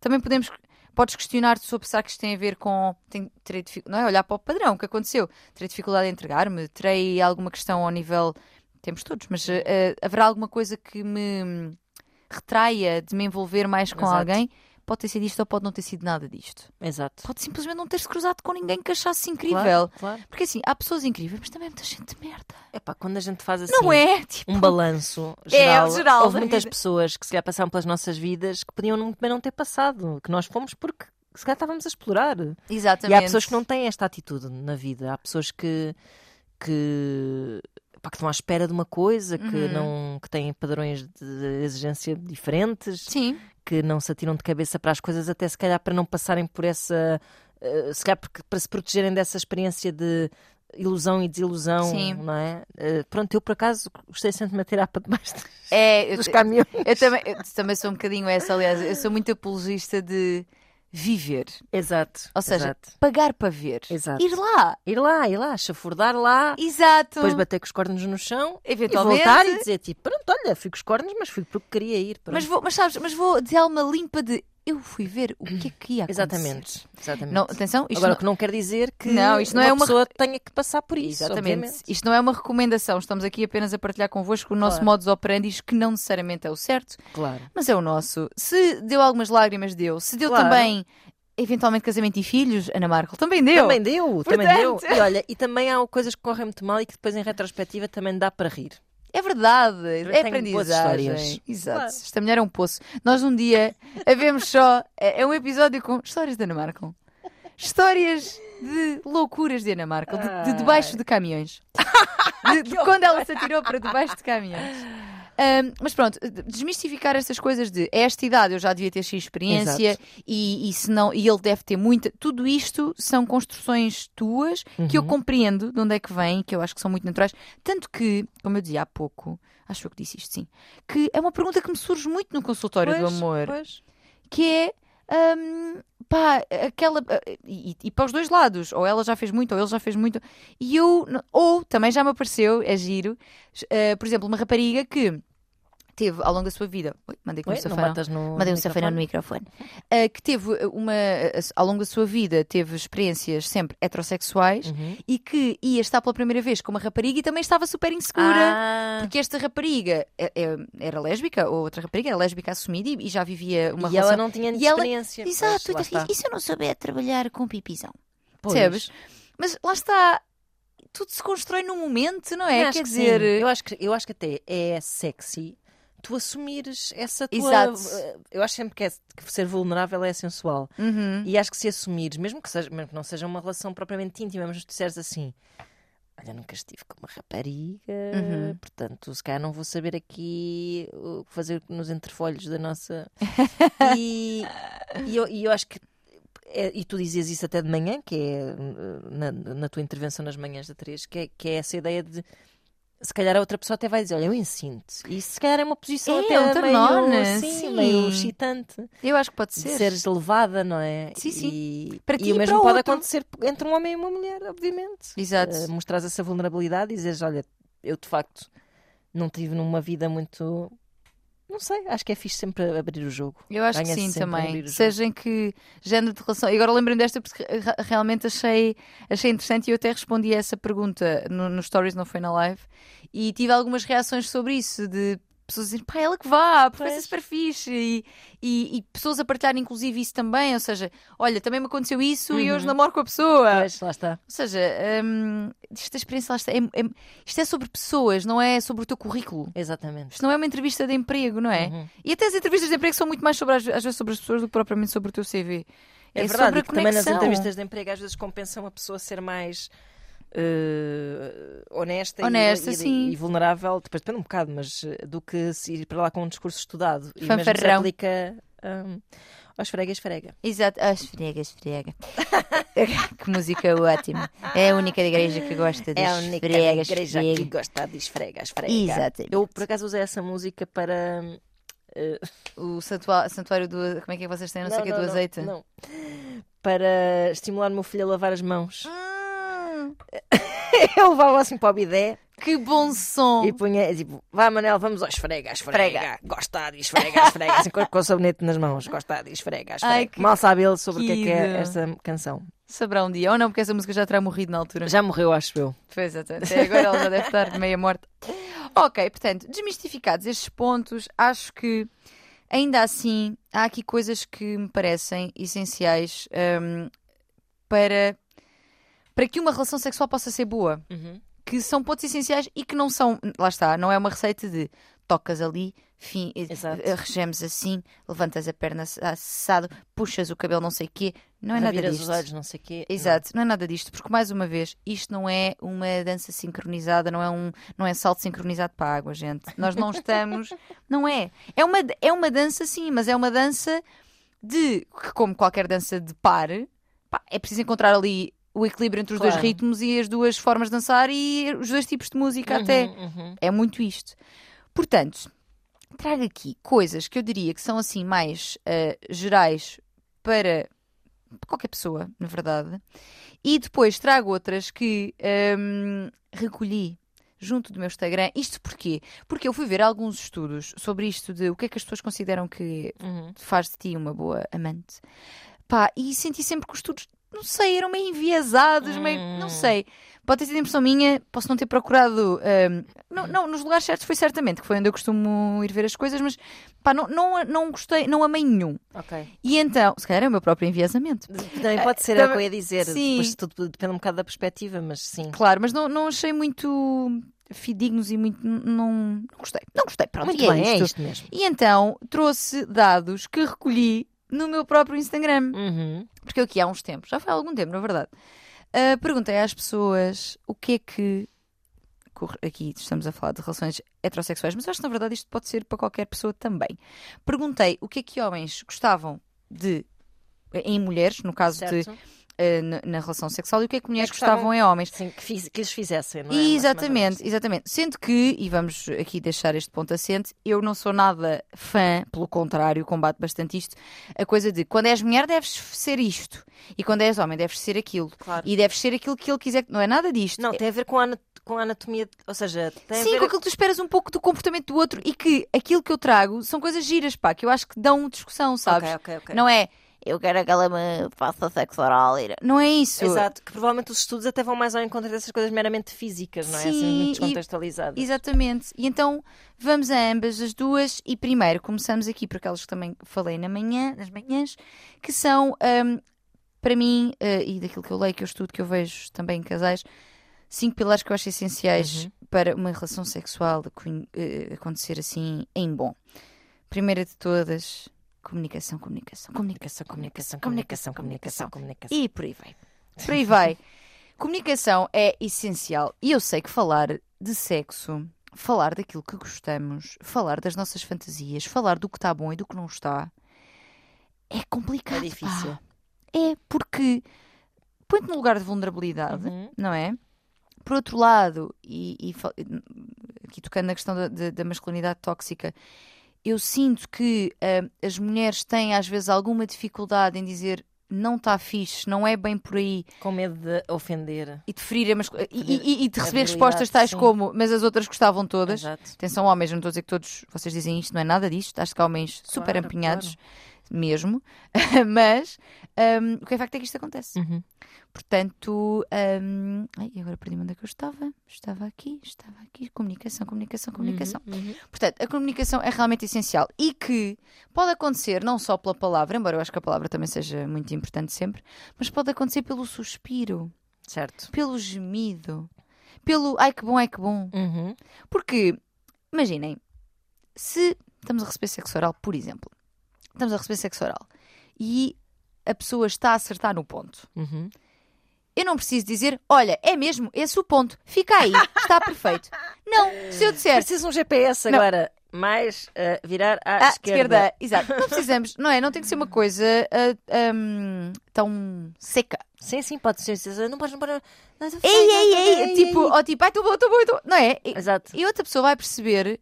Speaker 2: Também podemos. Podes questionar-te sobre se há que isto tem a ver com. Tem, terei dific- não é? Olhar para o padrão, o que aconteceu? Terei dificuldade em entregar-me? Terei alguma questão ao nível. Temos todos, mas eh, eh, haverá alguma coisa que me hum, retraia de me envolver mais com
Speaker 1: Exato.
Speaker 2: alguém? Pode ter sido isto ou pode não ter sido nada disto.
Speaker 1: Exato.
Speaker 2: Pode simplesmente não ter-se cruzado com ninguém que achasse incrível.
Speaker 1: Claro, claro.
Speaker 2: Porque assim, há pessoas incríveis, mas também há muita gente de merda.
Speaker 1: Epá, quando a gente faz assim
Speaker 2: Não é? Tipo,
Speaker 1: um balanço
Speaker 2: É,
Speaker 1: geral,
Speaker 2: geral
Speaker 1: houve
Speaker 2: da
Speaker 1: muitas
Speaker 2: vida.
Speaker 1: pessoas que se calhar passaram pelas nossas vidas que podiam muito bem não ter passado, que nós fomos porque se calhar estávamos a explorar.
Speaker 2: Exatamente.
Speaker 1: E há pessoas que não têm esta atitude na vida. Há pessoas que, que, pá, que estão à espera de uma coisa, que,
Speaker 2: Uhum.
Speaker 1: não, que têm padrões de exigência diferentes,
Speaker 2: Sim,
Speaker 1: que não se atiram de cabeça para as coisas, até se calhar para não passarem por essa. eh, se calhar porque- para se protegerem dessa experiência de ilusão e desilusão,
Speaker 2: Sim.
Speaker 1: não é? Eh, pronto, eu por acaso gostei sempre de me atirar para debaixo
Speaker 2: é, <laughs> eu,
Speaker 1: dos caminhões.
Speaker 2: eu também, eu também sou um bocadinho essa, aliás, eu sou muito apologista de viver,
Speaker 1: Exato.
Speaker 2: Ou seja,
Speaker 1: exato.
Speaker 2: pagar para ver,
Speaker 1: Exato.
Speaker 2: ir lá,
Speaker 1: ir lá, ir lá, chafurdar lá,
Speaker 2: exato,
Speaker 1: depois bater com os cornos no chão E
Speaker 2: eventualmente,
Speaker 1: voltar e dizer tipo, pronto, olha, fui com os cornos, mas fui porque queria ir. pronto.
Speaker 2: mas, vou, mas sabes, mas vou de alma limpa de eu fui ver o que é que ia acontecer.
Speaker 1: Exatamente. exatamente.
Speaker 2: Não, atenção, isto
Speaker 1: Agora, o
Speaker 2: não...
Speaker 1: que não quer dizer que
Speaker 2: Não, isto não é uma-
Speaker 1: pessoa tenha que passar por isso.
Speaker 2: Exatamente.
Speaker 1: obviamente.
Speaker 2: Isto não é uma recomendação, estamos aqui apenas a partilhar convosco o nosso
Speaker 1: Claro.
Speaker 2: modus operandi, que não necessariamente é o certo,
Speaker 1: Claro.
Speaker 2: Mas é o nosso. Se deu algumas lágrimas, deu. Se deu
Speaker 1: Claro.
Speaker 2: também, eventualmente, casamento e filhos, Ana Markel, também deu.
Speaker 1: Também deu, também deu.
Speaker 2: Portanto-
Speaker 1: <laughs> E olha, e também há coisas que correm muito mal e que depois em retrospectiva também dá para rir.
Speaker 2: É verdade. É
Speaker 1: Tenho boas histórias.
Speaker 2: aprendizagem. Exato.
Speaker 1: Claro.
Speaker 2: Esta mulher é um poço. Nós um dia <laughs> havemos só. É é um episódio com histórias de Ana Markel. Histórias de loucuras de Ana Markel, de, de debaixo
Speaker 1: <laughs>
Speaker 2: de caminhões. De, de quando ela se atirou para debaixo de caminhões. Ahm, mas pronto, desmistificar estas coisas de a esta idade eu já devia ter X experiência e, e se não, e ele deve ter muita. Tudo isto são construções tuas que eu
Speaker 1: Uhum.
Speaker 2: compreendo de onde é que vêm, que eu acho que são muito naturais. Tanto que, como eu dizia há pouco, acho eu que disse isto sim, que é uma pergunta que me surge muito no consultório do
Speaker 1: Pois,
Speaker 2: amor,
Speaker 1: pois.
Speaker 2: que é. hum, pá, aquela. E, e para os dois lados, ou ela já fez muito, ou ele já fez muito. E eu. Ou também já me apareceu, é giro, eh, por exemplo, uma rapariga que teve ao longo da sua vida. Ui, mandei com
Speaker 1: Oi,
Speaker 2: um
Speaker 1: não
Speaker 2: safanão.
Speaker 1: batas no.
Speaker 2: Mandei um
Speaker 1: no
Speaker 2: safanão no
Speaker 1: microfone.
Speaker 2: microfone. Eh, que teve uma. eh, Ao longo da sua vida, teve experiências sempre heterossexuais
Speaker 1: Uhum.
Speaker 2: e que ia estar pela primeira vez com uma rapariga e também estava super insegura.
Speaker 1: Ah,
Speaker 2: Porque esta rapariga é- é- era lésbica, ou outra rapariga era lésbica assumida e, e já vivia uma
Speaker 1: e ela
Speaker 2: relação.
Speaker 1: não tinha
Speaker 2: E ela-
Speaker 1: experiência. Pois,
Speaker 2: Exato,
Speaker 1: lá
Speaker 2: então,
Speaker 1: está.
Speaker 2: e se eu não souber trabalhar com pipizão?
Speaker 1: Pois.
Speaker 2: percebes? Mas lá está, tudo se constrói num momento, não é?
Speaker 1: Eu acho
Speaker 2: Quer
Speaker 1: que
Speaker 2: dizer,
Speaker 1: sim. eu acho, que, eu acho que até é sexy tu assumires essa tua.
Speaker 2: Exato.
Speaker 1: Eu acho sempre que, é- que ser vulnerável é sensual.
Speaker 2: uhum,
Speaker 1: E acho que se assumires, mesmo que, seja, mesmo que não seja uma relação propriamente íntima, mas tu disseres assim: Olha, nunca estive com uma rapariga,
Speaker 2: Uhum.
Speaker 1: portanto, se calhar não vou saber aqui o que fazer nos entrefolhos da
Speaker 2: <laughs>
Speaker 1: nossa. e, e eu, e eu acho que. é- e tu dizias isso até de manhã, que é uh, na, na tua intervenção nas manhãs da 3, que é, que é essa ideia de. Se calhar a outra pessoa até vai dizer, olha, eu ensino-te. E se calhar é uma posição
Speaker 2: É,
Speaker 1: até
Speaker 2: um turn on,
Speaker 1: meio, assim,
Speaker 2: sim.
Speaker 1: meio excitante
Speaker 2: eu acho que pode
Speaker 1: de
Speaker 2: ser.
Speaker 1: seres levada, não é?
Speaker 2: Sim, sim.
Speaker 1: E,
Speaker 2: Para
Speaker 1: e
Speaker 2: ti e
Speaker 1: o mesmo
Speaker 2: para o
Speaker 1: pode
Speaker 2: outro.
Speaker 1: acontecer entre um homem e uma mulher, obviamente.
Speaker 2: Exato.
Speaker 1: Eh, mostrares essa vulnerabilidade e dizeres, olha, eu de facto não tive numa vida muito. Não sei, acho que é fixe sempre abrir o jogo.
Speaker 2: Eu acho que
Speaker 1: Ganha-se
Speaker 2: sim
Speaker 1: sempre a abrir
Speaker 2: também.
Speaker 1: o jogo.
Speaker 2: Seja em que género de relação. E agora lembrei-me desta porque re- realmente achei, achei interessante e eu até respondi a essa pergunta no, no Stories, não foi na live. E tive algumas reações sobre isso, de pessoas dizerem, pá, ela que vá, porque vai ser
Speaker 1: Pois.
Speaker 2: super fixe. E, e, e pessoas a partilhar inclusive isso também. Ou seja, olha, também me aconteceu isso e
Speaker 1: Uhum.
Speaker 2: hoje namoro com a pessoa.
Speaker 1: Pois, lá está.
Speaker 2: Ou seja, hum, isto da experiência lá está. É, é- isto é sobre pessoas, não é sobre o teu currículo.
Speaker 1: Exatamente.
Speaker 2: Isto não é uma entrevista de emprego, não é?
Speaker 1: Uhum.
Speaker 2: E até as entrevistas de emprego são muito mais sobre, às às vezes sobre as pessoas do que propriamente sobre o teu CV.
Speaker 1: É, verdade, e que também nas entrevistas de emprego às vezes compensa uma pessoa ser mais eh, honesta, e-
Speaker 2: Honesta,
Speaker 1: e,
Speaker 2: sim.
Speaker 1: e vulnerável, depois depende um bocado, mas eh, do que se ir para lá com um discurso estudado. E mesmo se
Speaker 2: Fanfarrão.
Speaker 1: aplica hum, aos fregas frega.
Speaker 2: Exato. Ah, esfrega, esfrega. <laughs> que música ótima. É a única da igreja que gosta de
Speaker 1: É a única da
Speaker 2: esfrega,
Speaker 1: igreja
Speaker 2: esfrega.
Speaker 1: que gosta de esfrega, esfrega.
Speaker 2: Exatamente.
Speaker 1: Eu, por acaso, usei essa música para... hum,
Speaker 2: O santua- santuário do. Como é que é que vocês têm? Não, sei o que é do azeite.
Speaker 1: Não, Para
Speaker 2: Ah.
Speaker 1: <laughs> estimular o meu filho a lavar as mãos.
Speaker 2: Hum,
Speaker 1: Eu levava assim para o bidé.
Speaker 2: que bom som!
Speaker 1: E punha, tipo, vá Manel, vamos ao esfrega, esfrega,
Speaker 2: Esfrega.
Speaker 1: gosta de esfrega, esfrega, <laughs> assim, com, com o sabonete nas mãos, gosta de esfrega, esfrega.
Speaker 2: Ai, que
Speaker 1: Mal sabe ele sobre o que é que
Speaker 2: querido.
Speaker 1: é esta canção.
Speaker 2: Saberá um dia. Ou não, porque essa música já terá morrido na altura.
Speaker 1: Já morreu, acho eu.
Speaker 2: Pois, até até agora ela já deve estar meia morta. Ok, portanto, desmistificados estes pontos, acho que ainda assim há aqui coisas que me parecem essenciais hum, para, para que uma relação sexual possa ser boa.
Speaker 1: Uhum.
Speaker 2: Que são pontos essenciais e que não são, lá está, não é uma receita de tocas ali, fim, eh,
Speaker 1: Exato.
Speaker 2: eh, regemes assim, levantas a perna assado, puxas o cabelo não sei o quê. Não é nada
Speaker 1: Reviras
Speaker 2: disto.
Speaker 1: os olhos, não sei o quê. Uhum,
Speaker 2: Exato, não é nada disto, porque mais uma vez, isto não é uma dança sincronizada, não é um, não é salto sincronizado para a água, gente.
Speaker 1: <laughs>
Speaker 2: Nós não estamos, não é. É uma é uma dança sim, mas é uma dança de que como qualquer dança de par, pá, é preciso encontrar ali o equilíbrio entre os dois
Speaker 1: Claro.
Speaker 2: ritmos e as duas formas de dançar e os dois tipos de música
Speaker 1: Não.
Speaker 2: até.
Speaker 1: Uhum, uhum.
Speaker 2: É muito isto. Portanto, trago aqui coisas que eu diria que são assim mais ah, gerais para qualquer pessoa, na verdade. E depois trago outras que ahm, recolhi junto do meu Instagram. Isto porquê? Porque eu fui ver alguns estudos sobre isto de o que é que as pessoas consideram que
Speaker 1: Uhum.
Speaker 2: faz de ti uma boa amante. Pá, e senti sempre que os estudos, não sei, eram meio enviesados, meio.
Speaker 1: Hum.
Speaker 2: Não sei. Pode ter sido impressão minha, posso não ter procurado. hum, não, não, nos lugares certos foi certamente, que foi onde eu costumo ir ver as coisas, mas pá, não, não, não gostei, não amei nenhum.
Speaker 1: Ok. Então,
Speaker 2: E então, se calhar é o meu próprio enviesamento.
Speaker 1: Também pode ser, era o
Speaker 2: também-
Speaker 1: que eu ia dizer.
Speaker 2: Sim.
Speaker 1: Depois tudo depende um bocado da perspectiva, mas sim.
Speaker 2: Claro, mas não, não achei muito fidignos e muito. Não, não gostei. Não gostei, pronto.
Speaker 1: Muito
Speaker 2: e
Speaker 1: bem,
Speaker 2: é isto.
Speaker 1: mesmo.
Speaker 2: E então trouxe dados que recolhi no meu próprio Instagram.
Speaker 1: Uhum.
Speaker 2: porque eu aqui há uns tempos, já foi há algum tempo, na verdade, ah, perguntei às pessoas o que é que. corre- Aqui estamos a falar de relações heterossexuais, mas eu acho que na verdade isto pode ser para qualquer pessoa também. Perguntei o que é que homens gostavam de. em mulheres, no caso de.
Speaker 1: Certo?
Speaker 2: ah, na, na relação sexual, e o que é que mulheres
Speaker 1: Mas
Speaker 2: gostavam,
Speaker 1: gostavam-
Speaker 2: em homens.
Speaker 1: Sim, que, fiz, que eles fizessem, não é? Mais- mais ou menos.
Speaker 2: Exatamente, exatamente. Sendo que, e vamos aqui deixar este ponto assente, eu não sou nada fã, pelo contrário, combato bastante isto, a coisa de quando és mulher deves ser isto, e quando és homem deves ser aquilo,
Speaker 1: Claro.
Speaker 2: e deves ser aquilo que ele quiser, que não é nada disto.
Speaker 1: Não, tem a ver com a, ana- com a anatomia, ou seja, tem
Speaker 2: Sim,
Speaker 1: a
Speaker 2: com
Speaker 1: ver
Speaker 2: aquilo que tu esperas um pouco do comportamento do outro e que aquilo que eu trago são coisas giras, pá, que eu acho que dão discussão, sabes?
Speaker 1: Ok, ok, ok.
Speaker 2: Não é eu quero que ela me faça sexo oral. e Não é isso.
Speaker 1: Exato, que provavelmente os estudos até vão mais ao encontro dessas coisas meramente físicas, não é?
Speaker 2: Sim,
Speaker 1: assim,
Speaker 2: e-
Speaker 1: muito descontextualizadas.
Speaker 2: Exatamente. E então vamos a ambas as duas e primeiro começamos aqui por aquelas que também falei na manhã, nas manhãs, que são, ahm, para mim, ah, e daquilo que eu leio, que eu estudo, que eu vejo também em casais, cinco pilares que eu acho essenciais para uma relação sexual acon- eh, acontecer assim em bom. Primeira de todas, comunicação, comunicação, comunicação.
Speaker 1: Comunicação, comunicação, comunicação, comunicação, comunicação.
Speaker 2: E por aí vai. Por aí
Speaker 1: <laughs>
Speaker 2: vai. Comunicação é essencial. E eu sei que falar de sexo, falar daquilo que gostamos, falar das nossas fantasias, falar do que está bom e do que não está, é complicado.
Speaker 1: É difícil.
Speaker 2: pá. É porque põe-te no lugar de vulnerabilidade
Speaker 1: Uhum.
Speaker 2: não é? Por outro lado, e, e fa- aqui tocando na questão da, da- da masculinidade tóxica, eu sinto que ah, as mulheres têm às vezes alguma dificuldade em dizer não está fixe, não é bem por aí,
Speaker 1: Com medo de ofender.
Speaker 2: e de ferir a mascul... e, e- e de
Speaker 1: A
Speaker 2: receber
Speaker 1: virilidade,
Speaker 2: respostas tais
Speaker 1: sim.
Speaker 2: como, mas as outras gostavam todas.
Speaker 1: Exato.
Speaker 2: Atenção, homens, não estou a dizer que todos vocês dizem isto, não é nada disto. Acho que há homens super
Speaker 1: Claro,
Speaker 2: empenhados, mesmo. <laughs> mas ah, o que é facto é que isto acontece.
Speaker 1: Uhum.
Speaker 2: Portanto, hum, ai, agora perdi-me onde é que eu estava. Estava aqui, estava aqui. Comunicação, comunicação, comunicação.
Speaker 1: Uhum.
Speaker 2: Portanto, a comunicação é realmente essencial e que pode acontecer não só pela palavra, embora eu acho que a palavra também seja muito importante sempre, mas pode acontecer pelo suspiro,
Speaker 1: Certo.
Speaker 2: pelo gemido, pelo ai que bom, ai que bom.
Speaker 1: Uhum.
Speaker 2: Porque, imaginem, se estamos a receber sexo oral, por exemplo, estamos a receber sexo oral e a pessoa está a acertar no ponto.
Speaker 1: Uhum.
Speaker 2: Eu não preciso dizer, olha, é mesmo esse o ponto, fica aí, está <laughs> perfeito. Não, se eu disser
Speaker 1: Preciso um GPS
Speaker 2: Não.
Speaker 1: agora, mais ah, virar à,
Speaker 2: à
Speaker 1: esquerda.
Speaker 2: esquerda, exato, não precisamos, não é? Não tem que ser uma coisa ah, hum, tão seca.
Speaker 1: Sim, sim, pode ser. Não podes, não podes. não, não,
Speaker 2: Ei, ei, ei, tipo, ou tipo, ai, estou boa, estou boa, estou. Não é? E-
Speaker 1: Exato.
Speaker 2: E outra pessoa vai perceber,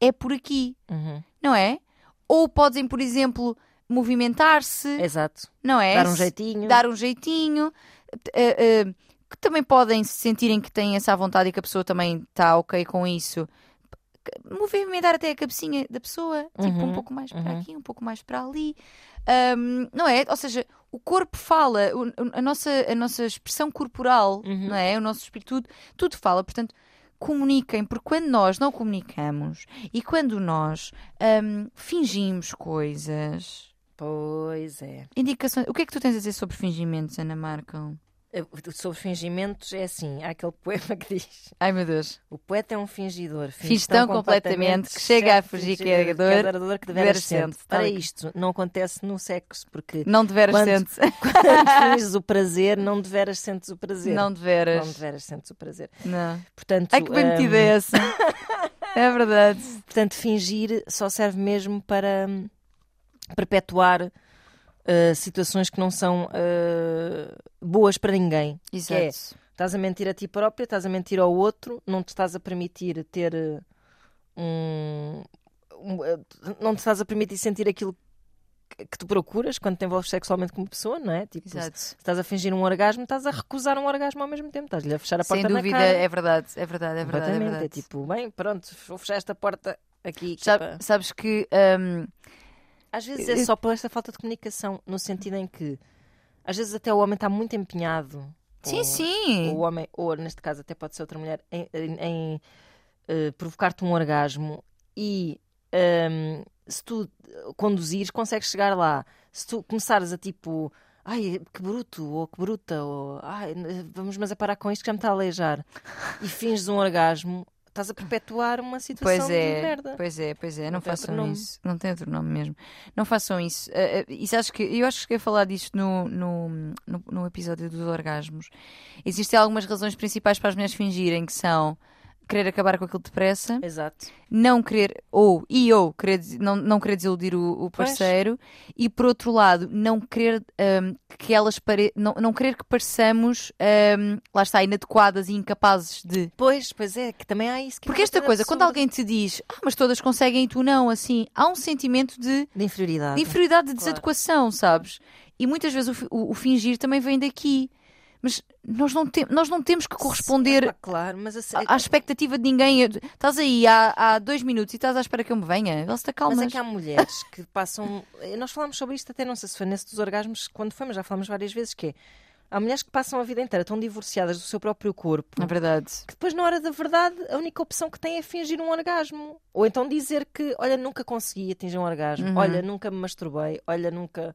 Speaker 2: é por aqui,
Speaker 1: Uhum.
Speaker 2: não é? Ou podem, por exemplo, movimentar-se,
Speaker 1: Exato.
Speaker 2: não é?
Speaker 1: Dar um
Speaker 2: Se-
Speaker 1: jeitinho.
Speaker 2: dar um jeitinho, eh, eh, que também podem se sentirem que têm essa vontade e que a pessoa também está ok com isso. Que- Movimentar até a cabecinha da pessoa, tipo um
Speaker 1: Uhum,
Speaker 2: pouco mais para
Speaker 1: uhum.
Speaker 2: aqui, um pouco mais para ali. Ahm, não é? Ou seja, o corpo fala, o- o- a, nossa, a nossa expressão corporal,
Speaker 1: Uhum.
Speaker 2: não é? O nosso espírito, tudo, tudo fala. Portanto, comuniquem, porque quando nós não comunicamos e quando nós ahm, fingimos coisas.
Speaker 1: Pois é.
Speaker 2: Indicações. O que é que tu tens a dizer sobre fingimentos, Ana Marcão?
Speaker 1: Eh, Sobre fingimentos é assim, há aquele poema que diz
Speaker 2: Ai meu Deus.
Speaker 1: O poeta é um fingidor.
Speaker 2: Finge tão completamente que chega a fugir que é adorador,
Speaker 1: adorador que
Speaker 2: deveras
Speaker 1: deveras
Speaker 2: sente.
Speaker 1: sente.
Speaker 2: Tá
Speaker 1: Para
Speaker 2: bem.
Speaker 1: isto, não acontece no sexo,
Speaker 2: <laughs>
Speaker 1: porque
Speaker 2: Não deveras
Speaker 1: Quando-
Speaker 2: sentes.
Speaker 1: quando finges o prazer, não deveras sentes o prazer.
Speaker 2: Não deveras.
Speaker 1: Não deveras sentes o prazer.
Speaker 2: Não.
Speaker 1: Portanto,
Speaker 2: Ai que bem
Speaker 1: hum,
Speaker 2: metida é essa. É verdade.
Speaker 1: portanto, fingir só serve mesmo para hum, perpetuar uh, situações que não são uh, boas para ninguém.
Speaker 2: Exato.
Speaker 1: Estás a mentir a ti própria, estás a mentir ao outro, não te estás a permitir ter eh, um. um, eh, não te estás a permitir sentir aquilo que que tu procuras quando te envolves sexualmente como pessoa, não é? Tipo, se
Speaker 2: Exato.
Speaker 1: estás a fingir um orgasmo, estás a recusar um orgasmo ao mesmo tempo, estás-lhe a fechar a porta
Speaker 2: Sem dúvida,
Speaker 1: na cara.
Speaker 2: é verdade, é verdade, é verdade. É
Speaker 1: Completamente.
Speaker 2: verdade.
Speaker 1: É tipo, bem, pronto, vou fechar esta porta aqui. que é
Speaker 2: Sabe-
Speaker 1: para-
Speaker 2: sabes que hum,
Speaker 1: Às vezes é só por esta falta de comunicação, no sentido em que às vezes até o homem está muito empenhado.
Speaker 2: Sim,
Speaker 1: ou- ou
Speaker 2: sim.
Speaker 1: o homem, ou neste caso até pode ser outra mulher, em, em- em, eh, provocar-te um orgasmo e ehm, se tu eh, conduzires, consegues chegar lá. Se tu começares a tipo, ai, que bruto, ou que bruta, ou ai, n- vamos mas a parar com isto que já me está a aleijar, e finges um orgasmo, estás a perpetuar uma situação
Speaker 2: Pois
Speaker 1: de
Speaker 2: é,
Speaker 1: merda.
Speaker 2: pois é, pois é, não,
Speaker 1: Não tem outro
Speaker 2: façam
Speaker 1: nome.
Speaker 2: isso, não tem outro nome mesmo. Não façam isso. Eh, eh, isso acho que, eu acho que cheguei a falar disto no, no, no, no episódio dos orgasmos. Existem algumas razões principais para as mulheres fingirem que são querer acabar com aquilo depressa,
Speaker 1: Exato.
Speaker 2: não querer, ou e ou querer, des- não, não querer desiludir o, o
Speaker 1: Pois.
Speaker 2: parceiro, e por outro lado, não querer hum, que elas pare, não, não querer que pareçamos hum, lá está, inadequadas e incapazes de.
Speaker 1: Pois, pois é, que também há isso. Que é
Speaker 2: Porque
Speaker 1: uma
Speaker 2: esta coisa, quando
Speaker 1: absurda.
Speaker 2: alguém te diz, ah, mas todas conseguem e tu não, assim, há um sentimento de,
Speaker 1: De inferioridade.
Speaker 2: de inferioridade, de
Speaker 1: Claro.
Speaker 2: desadequação, sabes? E muitas vezes o, fi- o- o fingir também vem daqui. Mas nós não, tem- nós não temos que corresponder
Speaker 1: Ah, claro, mas a se-
Speaker 2: à à expectativa de ninguém. Eu- Estás aí há, há dois minutos e estás à espera que eu me venha. Ela se calma.
Speaker 1: Mas é que há mulheres que passam. eh, Nós falámos sobre isto até, não sei se foi nesse dos orgasmos, quando foi, mas já falámos várias vezes que é. Há mulheres que passam a vida inteira tão divorciadas do seu próprio corpo
Speaker 2: Na É verdade.
Speaker 1: que depois, na hora da verdade, a única opção que têm é fingir um orgasmo. Ou então dizer que, olha, nunca consegui atingir um orgasmo,
Speaker 2: Uhum.
Speaker 1: olha, nunca me masturbei, olha, nunca.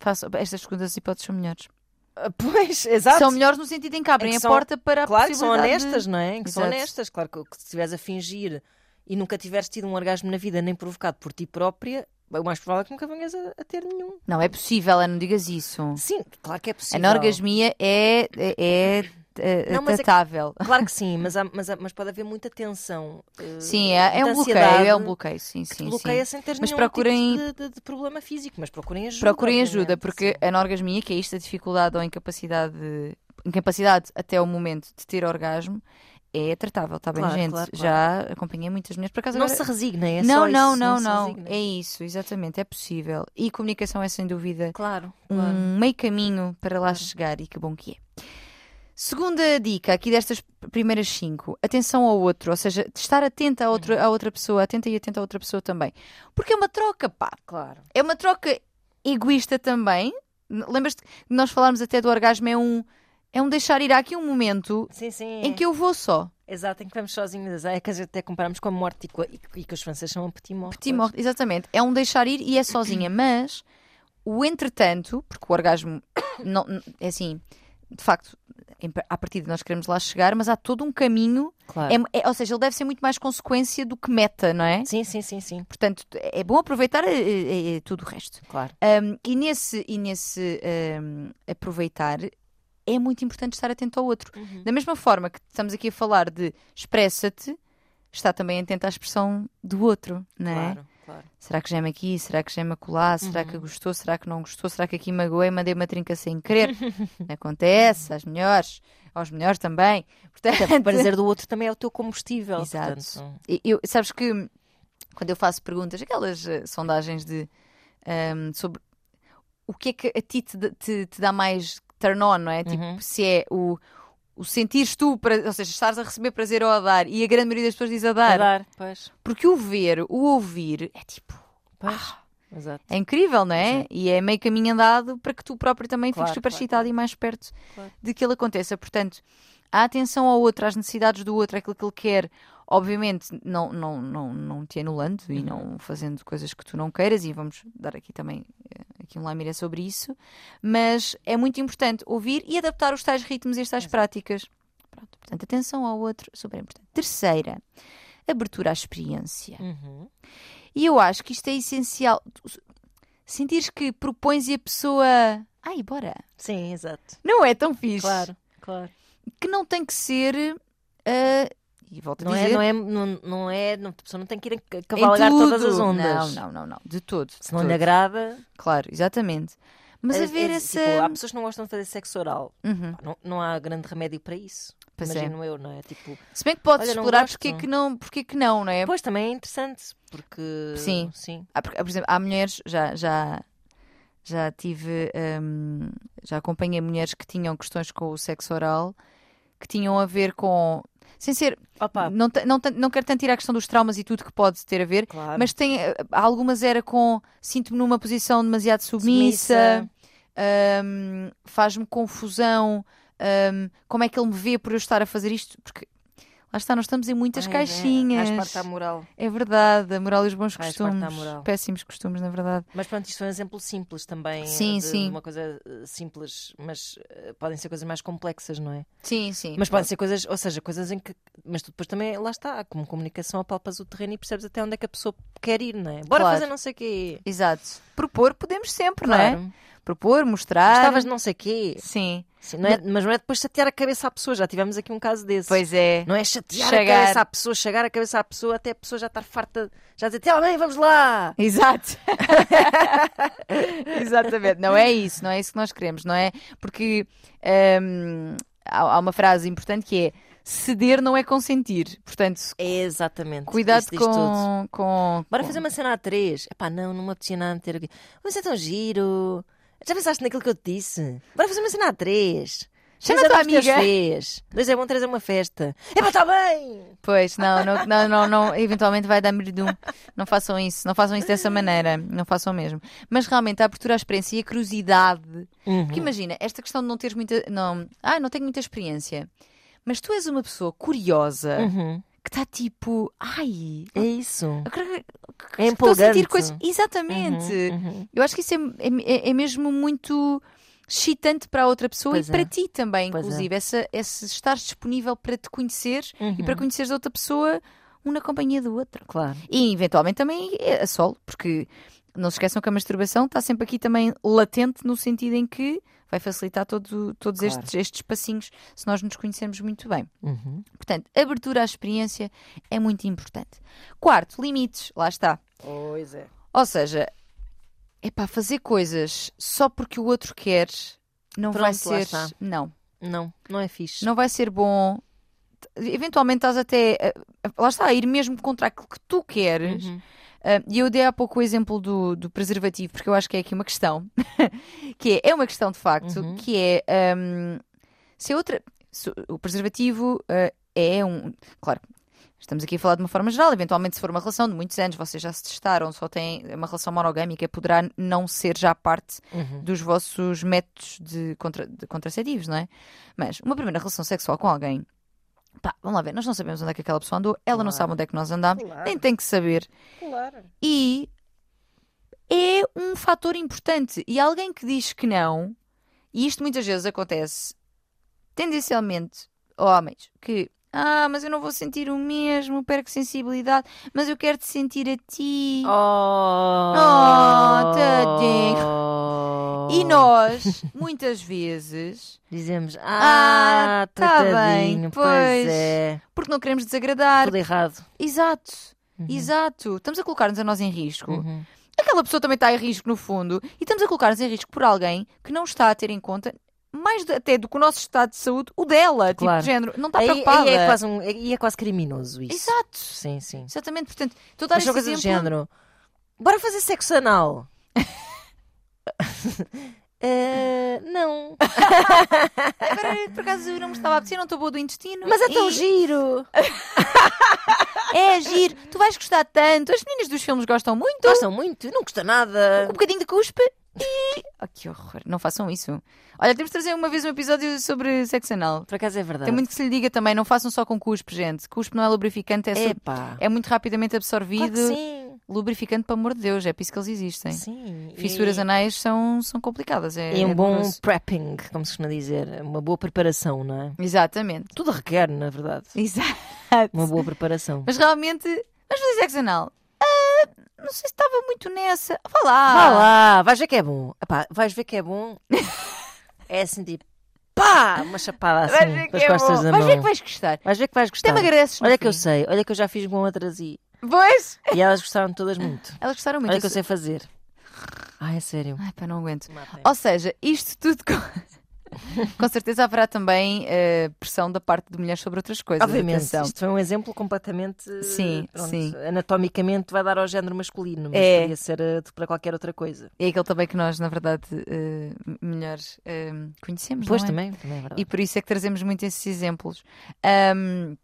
Speaker 2: Faço, estas segundas hipóteses são melhores.
Speaker 1: Ah, <laughs> Pois, exato.
Speaker 2: São melhores no sentido em que abrem
Speaker 1: É que
Speaker 2: a
Speaker 1: são-
Speaker 2: porta para a
Speaker 1: Claro que são
Speaker 2: possibilidade de-
Speaker 1: honestas, não é? Que são
Speaker 2: Exato.
Speaker 1: honestas. Claro que que se estiveres a fingir e nunca tiveres tido um orgasmo na vida, nem provocado por ti própria, bem, o mais provável é que nunca venhas a- a ter nenhum.
Speaker 2: Não é possível, Ana, não digas isso.
Speaker 1: Sim, claro que é
Speaker 2: A
Speaker 1: possível.
Speaker 2: anorgasmia é, é, é, é
Speaker 1: Não, mas é que-
Speaker 2: tratável.
Speaker 1: Claro que sim, mas, há- mas, há- mas pode haver muita tensão. eh,
Speaker 2: Sim, é, é
Speaker 1: muita
Speaker 2: um bloqueio,
Speaker 1: ansiedade
Speaker 2: é um bloqueio, sim,
Speaker 1: que te
Speaker 2: sim, sim.
Speaker 1: bloqueia sem teres
Speaker 2: Mas
Speaker 1: nenhum
Speaker 2: procurem-
Speaker 1: tipo de, de- de problema físico, mas procurem ajuda.
Speaker 2: Procurem ajuda,
Speaker 1: obviamente,
Speaker 2: porque a anorgasmia, que é isto, a dificuldade ou incapacidade, de- incapacidade até o momento de ter orgasmo, é tratável, está bem,
Speaker 1: Claro,
Speaker 2: gente?
Speaker 1: claro,
Speaker 2: Já acompanhei muitas mulheres, por acaso
Speaker 1: sim. Não
Speaker 2: agora-
Speaker 1: se resignem, é
Speaker 2: não,
Speaker 1: só
Speaker 2: não,
Speaker 1: isso,
Speaker 2: não,
Speaker 1: se
Speaker 2: não,
Speaker 1: resignem.
Speaker 2: é isso, exatamente, é possível. E comunicação é sem dúvida
Speaker 1: Claro, claro.
Speaker 2: um meio caminho para lá chegar e que bom que é. Segunda dica aqui destas primeiras cinco, atenção ao outro, ou seja, de estar atenta à
Speaker 1: Uhum.
Speaker 2: outra, à outra pessoa, atenta e atenta à outra pessoa também. Porque é uma troca, pá,
Speaker 1: Claro.
Speaker 2: é uma troca egoísta também. N- Lembras-te que nós falámos até do orgasmo, é um, é um deixar ir. Há aqui um momento
Speaker 1: Sim, sim.
Speaker 2: em
Speaker 1: é.
Speaker 2: que eu vou só.
Speaker 1: Exato, em que vamos sozinhos. É que às vezes até comparamos com a morte e, com a- e que- e que os franceses chamam petit mort.
Speaker 2: Petit morte, exatamente. É um deixar ir e é sozinha, mas o entretanto, porque o orgasmo <coughs> não, n- é assim, de facto, em pa- à partida nós queremos lá chegar, mas há todo um caminho,
Speaker 1: pois. Claro.
Speaker 2: é- é- ou seja, ele deve ser muito mais consequência do que meta, não é?
Speaker 1: Sim, sim, sim, sim.
Speaker 2: Portanto, é bom aproveitar eh, eh, eh, tudo o resto.
Speaker 1: Claro.
Speaker 2: Um, e nesse, e nesse um, aproveitar é muito importante estar atento ao outro. Da mesma forma que estamos aqui a falar de expressa-te, está também atento à expressão do outro, não é?
Speaker 1: Claro,
Speaker 2: <laughs>
Speaker 1: claro.
Speaker 2: Será que gema aqui? Será que gema acolá? Será
Speaker 1: Uhum.
Speaker 2: que gostou? Será que não gostou? Será que aqui magoei? Mandei uma trinca sem
Speaker 1: <laughs>
Speaker 2: querer? Acontece às melhores, aos melhores também. <laughs>
Speaker 1: O
Speaker 2: Portanto,
Speaker 1: prazer do outro também é o teu combustível.
Speaker 2: Exato.
Speaker 1: portanto.
Speaker 2: e- eu, sabes que quando eu faço perguntas, aquelas eh, sondagens de ehm, sobre o que é que a ti te, te- te dá mais turn on, não é? Tipo,
Speaker 1: Uhum.
Speaker 2: se é o, o sentires tu, pra- ou seja, estares a receber prazer ou a dar, e a grande maioria das pessoas diz a dar.
Speaker 1: Dar, pois.
Speaker 2: Porque o ver, o ouvir, é tipo.
Speaker 1: Pois. Exato.
Speaker 2: É incrível, não é? E é meio caminho andado para que tu próprio também
Speaker 1: Claro,
Speaker 2: fiques super
Speaker 1: claro,
Speaker 2: excitado e mais perto
Speaker 1: Claro.
Speaker 2: de que ele aconteça. Portanto, a atenção ao outro, às necessidades do outro, àquilo que ele quer, obviamente, não, não, não, não te anulando
Speaker 1: Uhum.
Speaker 2: e não fazendo coisas que tu não queiras, e vamos dar aqui também eh, aqui um lamiré sobre isso, mas é muito importante ouvir e adaptar os tais ritmos e as tais práticas. Pronto, portanto, atenção ao outro, super importante. Terceira, abertura à experiência.
Speaker 1: Uhum.
Speaker 2: E eu acho que isto é essencial. Sentires que propões e a pessoa. Ai, bora!
Speaker 1: Sim, exato.
Speaker 2: Não é tão fixe.
Speaker 1: Claro, claro.
Speaker 2: Que não tem que ser. ah, e volto
Speaker 1: Não
Speaker 2: a
Speaker 1: é,
Speaker 2: dizer.
Speaker 1: não é, não, não é, não, a pessoa não tem que ir a
Speaker 2: em
Speaker 1: cavalgar
Speaker 2: tudo.
Speaker 1: todas as ondas.
Speaker 2: Não, não, não, não. De todo. de
Speaker 1: Se não lhe
Speaker 2: todo.
Speaker 1: agrada,
Speaker 2: Claro, exatamente. Mas
Speaker 1: é-
Speaker 2: haver
Speaker 1: é-
Speaker 2: essa.
Speaker 1: tipo, há pessoas que não gostam de fazer sexo oral.
Speaker 2: Uhum,
Speaker 1: Não, não há grande remédio para isso.
Speaker 2: pois é.
Speaker 1: Imagino eu, não é? Tipo,
Speaker 2: Se bem que podes
Speaker 1: Olha, não
Speaker 2: explorar
Speaker 1: gosto.
Speaker 2: porque é que não, porque é que não, não é?
Speaker 1: depois também é interessante, porque.
Speaker 2: Sim.
Speaker 1: Sim.
Speaker 2: Há, por, por exemplo, há mulheres, já, já, já tive, hum, já acompanhei mulheres que tinham questões com o sexo oral que tinham a ver com. Sem ser.
Speaker 1: Opa,
Speaker 2: Não, te- não, te- não quero tanto ir à questão dos traumas e tudo que pode ter a ver,
Speaker 1: claro.
Speaker 2: mas tem. eh, Algumas era com. Sinto-me numa posição demasiado submissa,
Speaker 1: Submissa. é
Speaker 2: hum, faz-me confusão, hum, como é que ele me vê por eu estar a fazer isto? Porque. Lá está, nós estamos em muitas
Speaker 1: Ai,
Speaker 2: caixinhas.
Speaker 1: é, Faz parte à moral.
Speaker 2: É verdade, a moral e os bons
Speaker 1: Faz parte à
Speaker 2: costumes.
Speaker 1: moral.
Speaker 2: Péssimos costumes, na verdade.
Speaker 1: Mas pronto, isto é um exemplo simples também. eh,
Speaker 2: Sim,
Speaker 1: de,
Speaker 2: sim.
Speaker 1: de uma coisa eh, simples, mas eh, podem ser coisas mais complexas, não é?
Speaker 2: Sim, sim.
Speaker 1: Mas podem ser coisas, ou seja, coisas em que. Mas tu depois também, lá está, como comunicação, apalpas o terreno e percebes até onde é que a pessoa quer ir, não é? Bora
Speaker 2: Claro.
Speaker 1: fazer não sei o quê.
Speaker 2: Exato. Propor podemos sempre, não é?
Speaker 1: Claro.
Speaker 2: Propor, mostrar.
Speaker 1: Gostavas de não sei o quê.
Speaker 2: Sim.
Speaker 1: Sim, não é- mas não é depois chatear a cabeça à pessoa, já tivemos aqui um caso desse.
Speaker 2: Pois é.
Speaker 1: Não é chatear
Speaker 2: Chegar.
Speaker 1: a cabeça à pessoa, chegar a cabeça à pessoa até a pessoa já estar farta, já dizer, "Tá bem, vamos lá! <laughs>
Speaker 2: Exato. Exatamente. Não é isso, não é isso que nós queremos, não é? Porque hum, há, há uma frase importante que é ceder não é consentir. Portanto,
Speaker 1: Exatamente.
Speaker 2: cuidado
Speaker 1: Isto diz tudo.
Speaker 2: com, com.
Speaker 1: Bora
Speaker 2: com-
Speaker 1: fazer uma cena a três. Epá, não, não me apetecia nada ter aqui. Mas é tão giro. Já pensaste naquilo que eu te disse? Bora fazer uma cena a três.
Speaker 2: Chama
Speaker 1: Dois
Speaker 2: a tua
Speaker 1: é bom, três
Speaker 2: amiga.
Speaker 1: Fez. Dois é bom, três é uma festa. Epá, está bem!
Speaker 2: Pois, não, não, não, não, não, eventualmente vai dar merdum. Não façam isso, não façam isso dessa maneira, não façam mesmo. Mas realmente a abertura à experiência e a curiosidade. Porque imagina, esta questão de não teres muita. Não, ah, não tenho muita experiência. Mas tu és uma pessoa curiosa
Speaker 1: Uhum.
Speaker 2: que está tipo, ai,
Speaker 1: É isso.
Speaker 2: eu
Speaker 1: É
Speaker 2: quero- estou a sentir
Speaker 1: empolgante.
Speaker 2: coisas. Exatamente.
Speaker 1: Uhum.
Speaker 2: Eu acho que isso é, é, é mesmo muito excitante para a outra pessoa
Speaker 1: Pois
Speaker 2: e
Speaker 1: é.
Speaker 2: para ti também,
Speaker 1: Pois é.
Speaker 2: inclusive. Essa, esse estar disponível para te conhecer
Speaker 1: Uhum.
Speaker 2: e para conheceres a outra pessoa, um na companhia do outro.
Speaker 1: Claro.
Speaker 2: E eventualmente também é a solo, porque não se esqueçam que a masturbação está sempre aqui também latente no sentido em que vai facilitar todo- todos
Speaker 1: Claro.
Speaker 2: estes, estes passinhos se nós nos conhecermos muito bem.
Speaker 1: Uhum.
Speaker 2: Portanto, abertura à experiência é muito importante. Quarto, limites, lá está.
Speaker 1: Pois é.
Speaker 2: Ou seja, é para fazer coisas só porque o outro quer, não vai
Speaker 1: Pronto, lá
Speaker 2: ser.
Speaker 1: está.
Speaker 2: Não,
Speaker 1: Não, não é fixe.
Speaker 2: não vai ser bom. T- Eventualmente estás até. eh, eh, Lá está, a ir mesmo contra aquilo que tu queres.
Speaker 1: Uhum.
Speaker 2: Ah, E eu dei há pouco o exemplo do, do preservativo, porque eu acho que é aqui uma questão. <laughs> que é, é uma questão de facto,
Speaker 1: Uhum.
Speaker 2: que é. ahm, se a outra. se o preservativo ah, é um. Claro. Estamos aqui a falar de uma forma geral. Eventualmente, se for uma relação de muitos anos, vocês já se testaram, só têm uma relação monogâmica, poderá não ser já parte
Speaker 1: Uhum.
Speaker 2: dos vossos métodos de, contra, de contraceptivos, não é? Mas uma primeira relação sexual com alguém, pá, vamos lá ver, nós não sabemos onde é que aquela pessoa andou, ela não
Speaker 1: Claro.
Speaker 2: sabe onde é que nós andámos,
Speaker 1: Claro.
Speaker 2: nem tem que saber.
Speaker 1: Claro.
Speaker 2: E é um fator importante. E alguém que diz que não, e isto muitas vezes acontece, tendencialmente, a homens que. Ah, mas eu não vou sentir o mesmo, perco sensibilidade, mas eu quero te sentir a ti.
Speaker 1: Oh,
Speaker 2: Oh,
Speaker 1: Oh.
Speaker 2: tadinho. E nós, muitas vezes,
Speaker 1: Dizemos,
Speaker 2: Ah,
Speaker 1: ah,
Speaker 2: tá
Speaker 1: tratadinho,
Speaker 2: bem,
Speaker 1: pois
Speaker 2: pois.
Speaker 1: é.
Speaker 2: porque não queremos desagradar.
Speaker 1: Tudo errado.
Speaker 2: Exato,
Speaker 1: Uhum.
Speaker 2: exato. Estamos a colocar-nos a nós em risco.
Speaker 1: Uhum.
Speaker 2: Aquela pessoa também está em risco no fundo e estamos a colocar-nos em risco por alguém que não está a ter em conta mais do- até do que o nosso estado de saúde, o dela, tipo
Speaker 1: Claro.
Speaker 2: de género. Não está
Speaker 1: Aí,
Speaker 2: preocupada.
Speaker 1: aí é quase um, aí é quase criminoso isso.
Speaker 2: Exato.
Speaker 1: Sim, sim.
Speaker 2: Exatamente, portanto, estou a dar
Speaker 1: Mas
Speaker 2: este
Speaker 1: são coisas do
Speaker 2: exemplo.
Speaker 1: <laughs> género. Bora fazer sexo anal. Eh, não.
Speaker 2: Agora, por acaso, não me estava a apetecer, não estou boa do intestino.
Speaker 1: Mas é tão
Speaker 2: E-
Speaker 1: giro.
Speaker 2: É giro. Tu vais gostar tanto. As meninas dos filmes gostam muito.
Speaker 1: Gostam muito, não custa nada.
Speaker 2: Um bocadinho de cuspe
Speaker 1: <laughs>
Speaker 2: e... Oh, que horror. Não façam isso. Olha, temos de trazer uma vez um episódio sobre sexo anal.
Speaker 1: Por acaso é verdade.
Speaker 2: Tem muito que se lhe diga também. Não façam só com cuspe, gente. Cuspe não é lubrificante, é, sub-
Speaker 1: Epá.
Speaker 2: é muito rapidamente absorvido.
Speaker 1: Claro que sim.
Speaker 2: Lubrificante, pelo amor de Deus. É por isso que eles existem.
Speaker 1: sim.
Speaker 2: Fissuras
Speaker 1: e,
Speaker 2: anais são, são complicadas. É,
Speaker 1: e
Speaker 2: é
Speaker 1: um bom
Speaker 2: doloroso.
Speaker 1: prepping, como se costuma dizer. Uma boa preparação, não é?
Speaker 2: Exatamente. <laughs>
Speaker 1: Tudo requer, na verdade.
Speaker 2: Exato.
Speaker 1: Uma boa preparação.
Speaker 2: Mas realmente, mas fazer sexo anal? Ah, não sei se estava muito nessa. Vá lá.
Speaker 1: Vá lá, vais ver que é bom. Epá, vais ver que é
Speaker 2: <laughs>
Speaker 1: bom. é assim tipo, pá, uma chapada assim
Speaker 2: Vais ver
Speaker 1: com
Speaker 2: que
Speaker 1: as
Speaker 2: é
Speaker 1: costas
Speaker 2: bom.
Speaker 1: da
Speaker 2: Vais
Speaker 1: mão.
Speaker 2: ver que vais gostar.
Speaker 1: Vais ver que vais gostar.
Speaker 2: Até me agradeces. no
Speaker 1: Olha que eu
Speaker 2: fim.
Speaker 1: sei, olha que eu já fiz com outras e,
Speaker 2: Pois.
Speaker 1: e elas gostaram todas muito.
Speaker 2: Elas gostaram muito.
Speaker 1: Olha que eu sei fazer. Ai, é sério.
Speaker 2: Ai, pá, não aguento.
Speaker 1: Matem.
Speaker 2: Ou seja, isto tudo com. <laughs> com certeza haverá também eh, pressão da parte de mulheres sobre outras coisas.
Speaker 1: Obviamente,
Speaker 2: atenção.
Speaker 1: isto foi um exemplo completamente
Speaker 2: Sim,
Speaker 1: pronto,
Speaker 2: sim.
Speaker 1: anatomicamente vai dar ao género masculino, mas
Speaker 2: É.
Speaker 1: podia ser eh, para qualquer outra coisa.
Speaker 2: É aquele também que nós, na verdade, eh, melhores eh, conhecemos.
Speaker 1: Pois
Speaker 2: não é?
Speaker 1: também, também é verdade.
Speaker 2: E por isso é que trazemos muito esses exemplos. Ahm,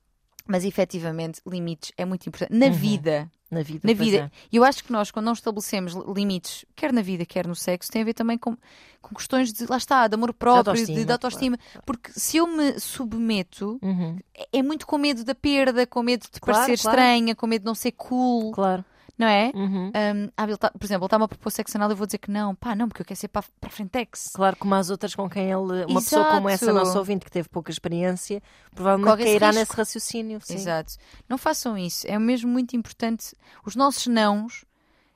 Speaker 2: mas efetivamente, limites é muito importante. Na
Speaker 1: Uhum.
Speaker 2: vida.
Speaker 1: na vida.
Speaker 2: Na
Speaker 1: pois é.
Speaker 2: vida. E eu acho que nós, quando não estabelecemos li- limites, quer na vida, quer no sexo, tem a ver também com, com questões de, lá está, de amor próprio, de- de,
Speaker 1: autoestima,
Speaker 2: autoestima. Porque se eu me submeto,
Speaker 1: é. Uhum,
Speaker 2: é- é muito com medo da perda, com medo de
Speaker 1: Claro,
Speaker 2: parecer
Speaker 1: claro.
Speaker 2: estranha, com medo de não ser cool,
Speaker 1: Claro.
Speaker 2: não é?
Speaker 1: Uhum.
Speaker 2: Hum, ah, ele tá- por exemplo, ele está-me a propor sexo anal, eu vou dizer que não, pá, não, porque eu quero ser para, para a frentex.
Speaker 1: Claro, como as outras com quem ele. Uma pessoa como essa,
Speaker 2: Exato.
Speaker 1: nossa ouvinte, que teve pouca experiência, provavelmente
Speaker 2: Corre esse
Speaker 1: cairá
Speaker 2: risco.
Speaker 1: nesse raciocínio. Sim.
Speaker 2: Exato. Não façam isso. É mesmo muito importante. Os nossos nãos,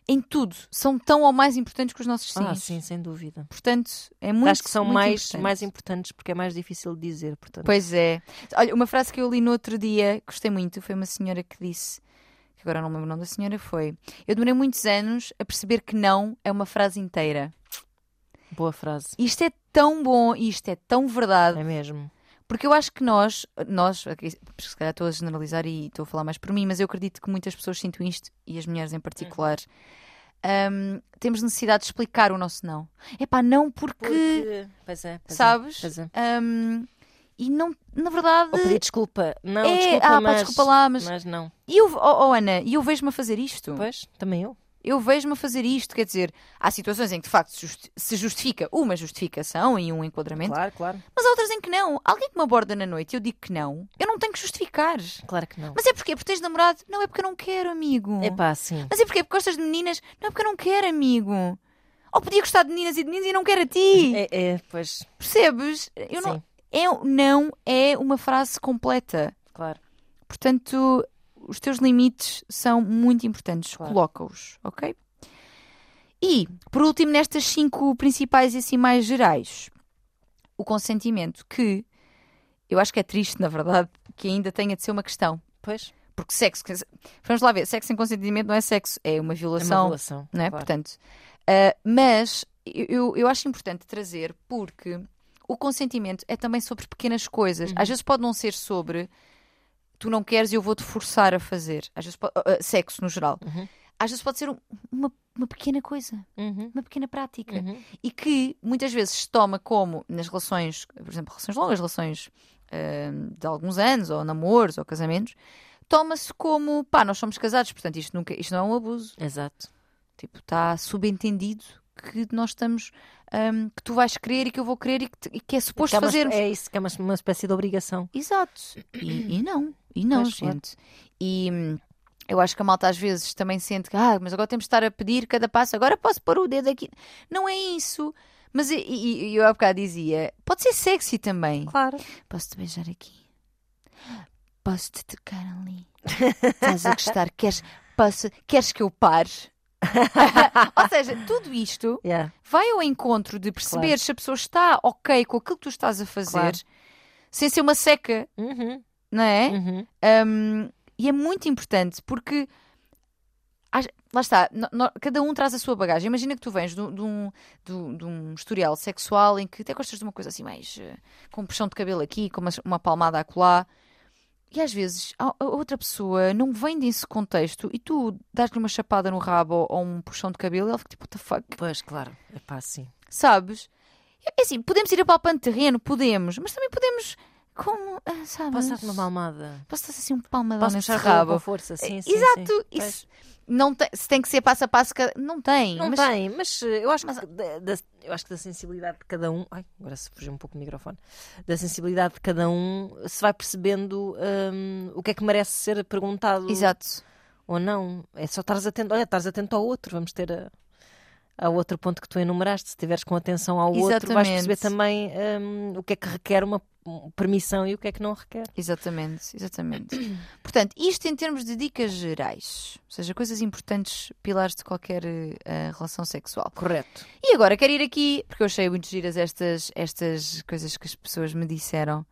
Speaker 2: em tudo, são tão ou mais importantes que os nossos sims.
Speaker 1: Ah, sim, sem dúvida.
Speaker 2: Portanto, é muito
Speaker 1: Acho que são
Speaker 2: muito
Speaker 1: mais,
Speaker 2: importante.
Speaker 1: mais importantes porque é mais difícil de dizer, portanto.
Speaker 2: Pois é. Olha, uma frase que eu li no outro dia, gostei muito, foi uma senhora que disse, que agora não me lembro o nome da senhora, foi: Eu demorei muitos anos a perceber que não é uma frase inteira.
Speaker 1: Boa frase.
Speaker 2: Isto é tão bom e isto é tão verdade,
Speaker 1: É mesmo.
Speaker 2: porque eu acho que nós, nós, aqui, se calhar estou a generalizar e estou a falar mais por mim, mas eu acredito que muitas pessoas sintam isto, e as mulheres em particular. hum, temos necessidade de explicar o nosso não. É pá, não porque.
Speaker 1: Porque. Pois é. pois é,
Speaker 2: sabes?
Speaker 1: pois é.
Speaker 2: Hum, e não, na verdade.
Speaker 1: Ou pedir desculpa. Não,
Speaker 2: é,
Speaker 1: desculpa,
Speaker 2: ah, pá,
Speaker 1: mas,
Speaker 2: desculpa lá, mas.
Speaker 1: mas não. é.
Speaker 2: E eu, oh, oh, Ana, e eu vejo-me a fazer isto.
Speaker 1: Pois, também eu.
Speaker 2: Eu vejo-me a fazer isto, quer dizer, há situações em que de facto se justi- se justifica uma justificação e um enquadramento,
Speaker 1: Claro, claro.
Speaker 2: mas há outras em que não. Alguém que me aborda na noite e eu digo que não, eu não tenho que justificar.
Speaker 1: Claro que não.
Speaker 2: Mas é porque? Porque tens namorado? Não é porque eu não quero, amigo.
Speaker 1: É pá, sim.
Speaker 2: Mas é porque? Porque gostas de meninas? Não é porque eu não quero, amigo. Ou podia gostar de meninas e de meninos e não quero a ti.
Speaker 1: É, é, pois.
Speaker 2: Percebes? Eu não,
Speaker 1: Sim,
Speaker 2: é, não é uma frase completa.
Speaker 1: claro.
Speaker 2: Portanto, os teus limites são muito importantes.
Speaker 1: Claro.
Speaker 2: Coloca-os, ok? E, por último, nestas cinco principais e assim mais gerais, o consentimento, que eu acho que é triste, na verdade, que ainda tenha de ser uma questão.
Speaker 1: Pois.
Speaker 2: Porque sexo, quer dizer, vamos lá ver, sexo sem consentimento não é sexo, é uma
Speaker 1: É uma
Speaker 2: violação,
Speaker 1: relação.
Speaker 2: não é?
Speaker 1: claro.
Speaker 2: Portanto, ah, mas eu- eu, eu acho importante trazer porque o consentimento é também sobre pequenas coisas.
Speaker 1: Uhum.
Speaker 2: Às vezes pode não ser sobre tu não queres e eu vou-te forçar a fazer. Às vezes pode- ah, ah, sexo no geral.
Speaker 1: Uhum.
Speaker 2: Às vezes pode ser um- uma, uma pequena coisa,
Speaker 1: Uhum,
Speaker 2: uma pequena prática.
Speaker 1: uhum.
Speaker 2: E que muitas vezes se toma como nas relações, por exemplo, relações longas, relações ah, de alguns anos, ou namoros, ou casamentos, toma-se como pá, nós somos casados, portanto isto, nunca, isto não é um abuso.
Speaker 1: Exato.
Speaker 2: Tipo, está subentendido que nós estamos. hum, que tu vais querer e que eu vou querer e que, te- e que é suposto
Speaker 1: Que é uma-
Speaker 2: fazermos.
Speaker 1: É isso, que é uma, uma espécie de obrigação.
Speaker 2: Exato. E, <clears throat> e não, e não,
Speaker 1: Pois, claro.
Speaker 2: gente. E hum, eu acho que a malta às vezes também sente que, ah, mas agora temos de estar a pedir cada passo, agora posso pôr o dedo aqui. Não é isso. Mas e- e- e eu há bocado dizia, pode ser sexy também.
Speaker 1: Claro.
Speaker 2: Posso te beijar aqui? Posso te tocar ali? Estás a <laughs> gostar? Queres, posso, queres que eu pare? Ou seja, tudo isto
Speaker 1: <laughs> Yeah.
Speaker 2: vai ao encontro de perceber
Speaker 1: Claro.
Speaker 2: se a pessoa está ok com aquilo que tu estás a fazer,
Speaker 1: Claro.
Speaker 2: sem ser uma seca,
Speaker 1: Uhum,
Speaker 2: não é?
Speaker 1: uhum.
Speaker 2: Um, e é muito importante porque. às- Lá está, no- no- cada um traz a sua bagagem. Imagina que tu vens de, um- de um, de um- de um historial sexual em que até gostas de uma coisa assim mais. eh, com um puxão de cabelo aqui, com uma, uma palmada a colar. E às vezes a, a outra pessoa não vem desse contexto e tu dás-lhe uma chapada no rabo ou, um puxão de cabelo e ela fica tipo, what the fuck?
Speaker 1: Pois, claro. É pá, sim.
Speaker 2: Sabes? É assim, podemos ir apalpando terreno, podemos, mas também podemos, como, ah, sabes?
Speaker 1: Passar-te uma palmada.
Speaker 2: Posso dar assim um palmadão
Speaker 1: Posso
Speaker 2: neste
Speaker 1: puxar
Speaker 2: rabo. É,
Speaker 1: com força, sim, sim.
Speaker 2: Exato,
Speaker 1: sim. É, Pois.
Speaker 2: isso. Não tem- se tem que ser passo a passo, cada- não tem.
Speaker 1: Não
Speaker 2: mas
Speaker 1: tem, mas eh, eu acho, que da, da- eu acho que da sensibilidade de cada um. Ai, agora se fugiu um pouco o microfone. Da sensibilidade de cada um se vai percebendo hum, o que é que merece ser perguntado
Speaker 2: Exato.
Speaker 1: ou não. É só estares atento. Olha, estares atento ao outro. Vamos ter a, ao outro ponto que tu enumeraste. Se estiveres com atenção ao outro, vais
Speaker 2: Exatamente.
Speaker 1: perceber também hum, o que é que requer uma um, permissão e o que é que não requer.
Speaker 2: Exatamente,
Speaker 1: <clears throat>
Speaker 2: exatamente. Portanto, isto em termos de dicas gerais, ou seja, coisas importantes, pilares de qualquer eh, relação sexual.
Speaker 1: Correto.
Speaker 2: E agora quero ir aqui, porque eu achei muito giras estas, estas coisas que as pessoas me disseram.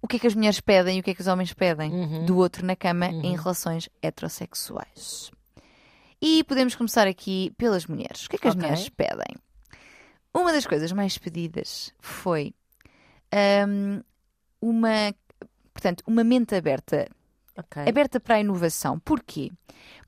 Speaker 2: O que é que as mulheres pedem e o que é que os homens pedem
Speaker 1: Uhum.
Speaker 2: do outro na cama em
Speaker 1: Uhum.
Speaker 2: relações heterossexuais. E podemos começar aqui pelas mulheres. O que é que as
Speaker 1: Ok.
Speaker 2: mulheres pedem? Uma das coisas mais pedidas foi hum, uma, portanto, uma mente aberta
Speaker 1: Ok.
Speaker 2: aberta para a inovação. Porquê?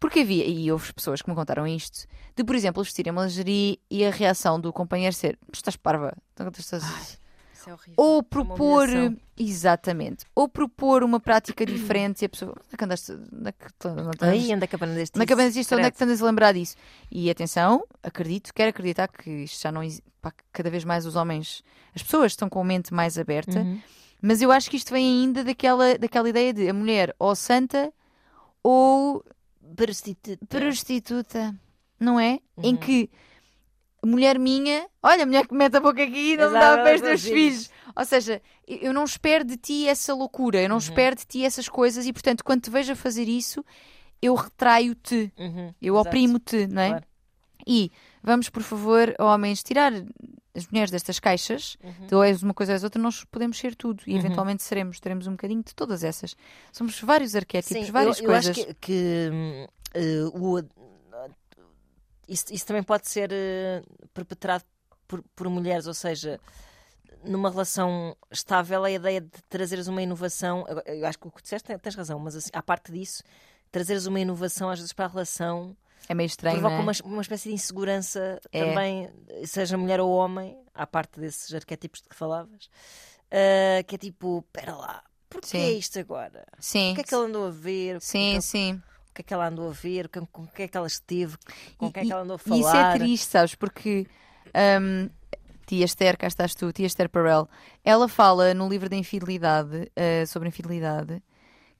Speaker 2: Porque havia, e houve pessoas que me contaram isto, de, por exemplo, vestirem uma lingerie e a reação do companheiro ser "Mas estás parva. Então, tu estás-"
Speaker 1: Isso é horrível.
Speaker 2: Ou propor.
Speaker 1: humilhação.
Speaker 2: Exatamente. Ou propor uma prática diferente e a pessoa. Onde é que andaste? Onde é que tu- não estás-
Speaker 1: Ai, anda que aprendeste
Speaker 2: na
Speaker 1: isso.
Speaker 2: cabeça disto, onde é que
Speaker 1: Credo.
Speaker 2: te andas a lembrar disso? E atenção, acredito, quero acreditar que isto já não exi- pá, que cada vez mais os homens, as pessoas estão com a mente mais aberta,
Speaker 1: Uhum.
Speaker 2: mas eu acho que isto vem ainda daquela, daquela ideia de a mulher ou santa ou
Speaker 1: Prostituta.
Speaker 2: prostituta, não é? Em
Speaker 1: Uhum.
Speaker 2: que mulher minha, olha, mulher que mete a boca aqui e não me
Speaker 1: Exato,
Speaker 2: dá pés
Speaker 1: ela
Speaker 2: teus
Speaker 1: diz.
Speaker 2: filhos. Ou seja, eu não espero de ti essa loucura,
Speaker 1: Uhum.
Speaker 2: eu não espero de ti essas coisas e, portanto, quando te vejo a fazer isso, eu retraio-te,
Speaker 1: Uhum.
Speaker 2: eu
Speaker 1: Exato.
Speaker 2: oprimo-te, não é?
Speaker 1: Claro.
Speaker 2: E vamos, por favor, homens, tirar as mulheres destas caixas.
Speaker 1: Uhum.
Speaker 2: Tu és uma coisa és outra, nós podemos ser tudo e
Speaker 1: Uhum.
Speaker 2: eventualmente seremos, teremos um bocadinho de todas essas. Somos vários arquétipos, várias
Speaker 1: eu,
Speaker 2: coisas.
Speaker 1: Eu acho que, que, hum, eh, o, isso, isso também pode ser eh, perpetrado por, por mulheres, ou seja, numa relação estável, a ideia de trazeres uma inovação. Eu, eu acho que o que disseste tem- tens razão, mas assim, à parte disso, trazeres uma inovação às vezes para a relação
Speaker 2: É meio estranho.
Speaker 1: provoca
Speaker 2: não é?
Speaker 1: uma, uma espécie de insegurança
Speaker 2: É.
Speaker 1: também, seja mulher ou homem, à parte desses arquétipos de que falavas, eh, que é tipo, pera lá, porquê
Speaker 2: Sim.
Speaker 1: isto agora?
Speaker 2: Sim.
Speaker 1: O que é que ele andou a ver? O que-
Speaker 2: Sim,
Speaker 1: o que-
Speaker 2: sim.
Speaker 1: o que é que ela andou a ver? Com, com quem é que ela esteve? Com
Speaker 2: E-
Speaker 1: quem é que ela andou a
Speaker 2: E isso é
Speaker 1: falar?
Speaker 2: triste, sabes? Porque hum, Tia Esther, cá estás tu, Tia Esther Perel, ela fala no livro da infidelidade, eh, sobre a infidelidade,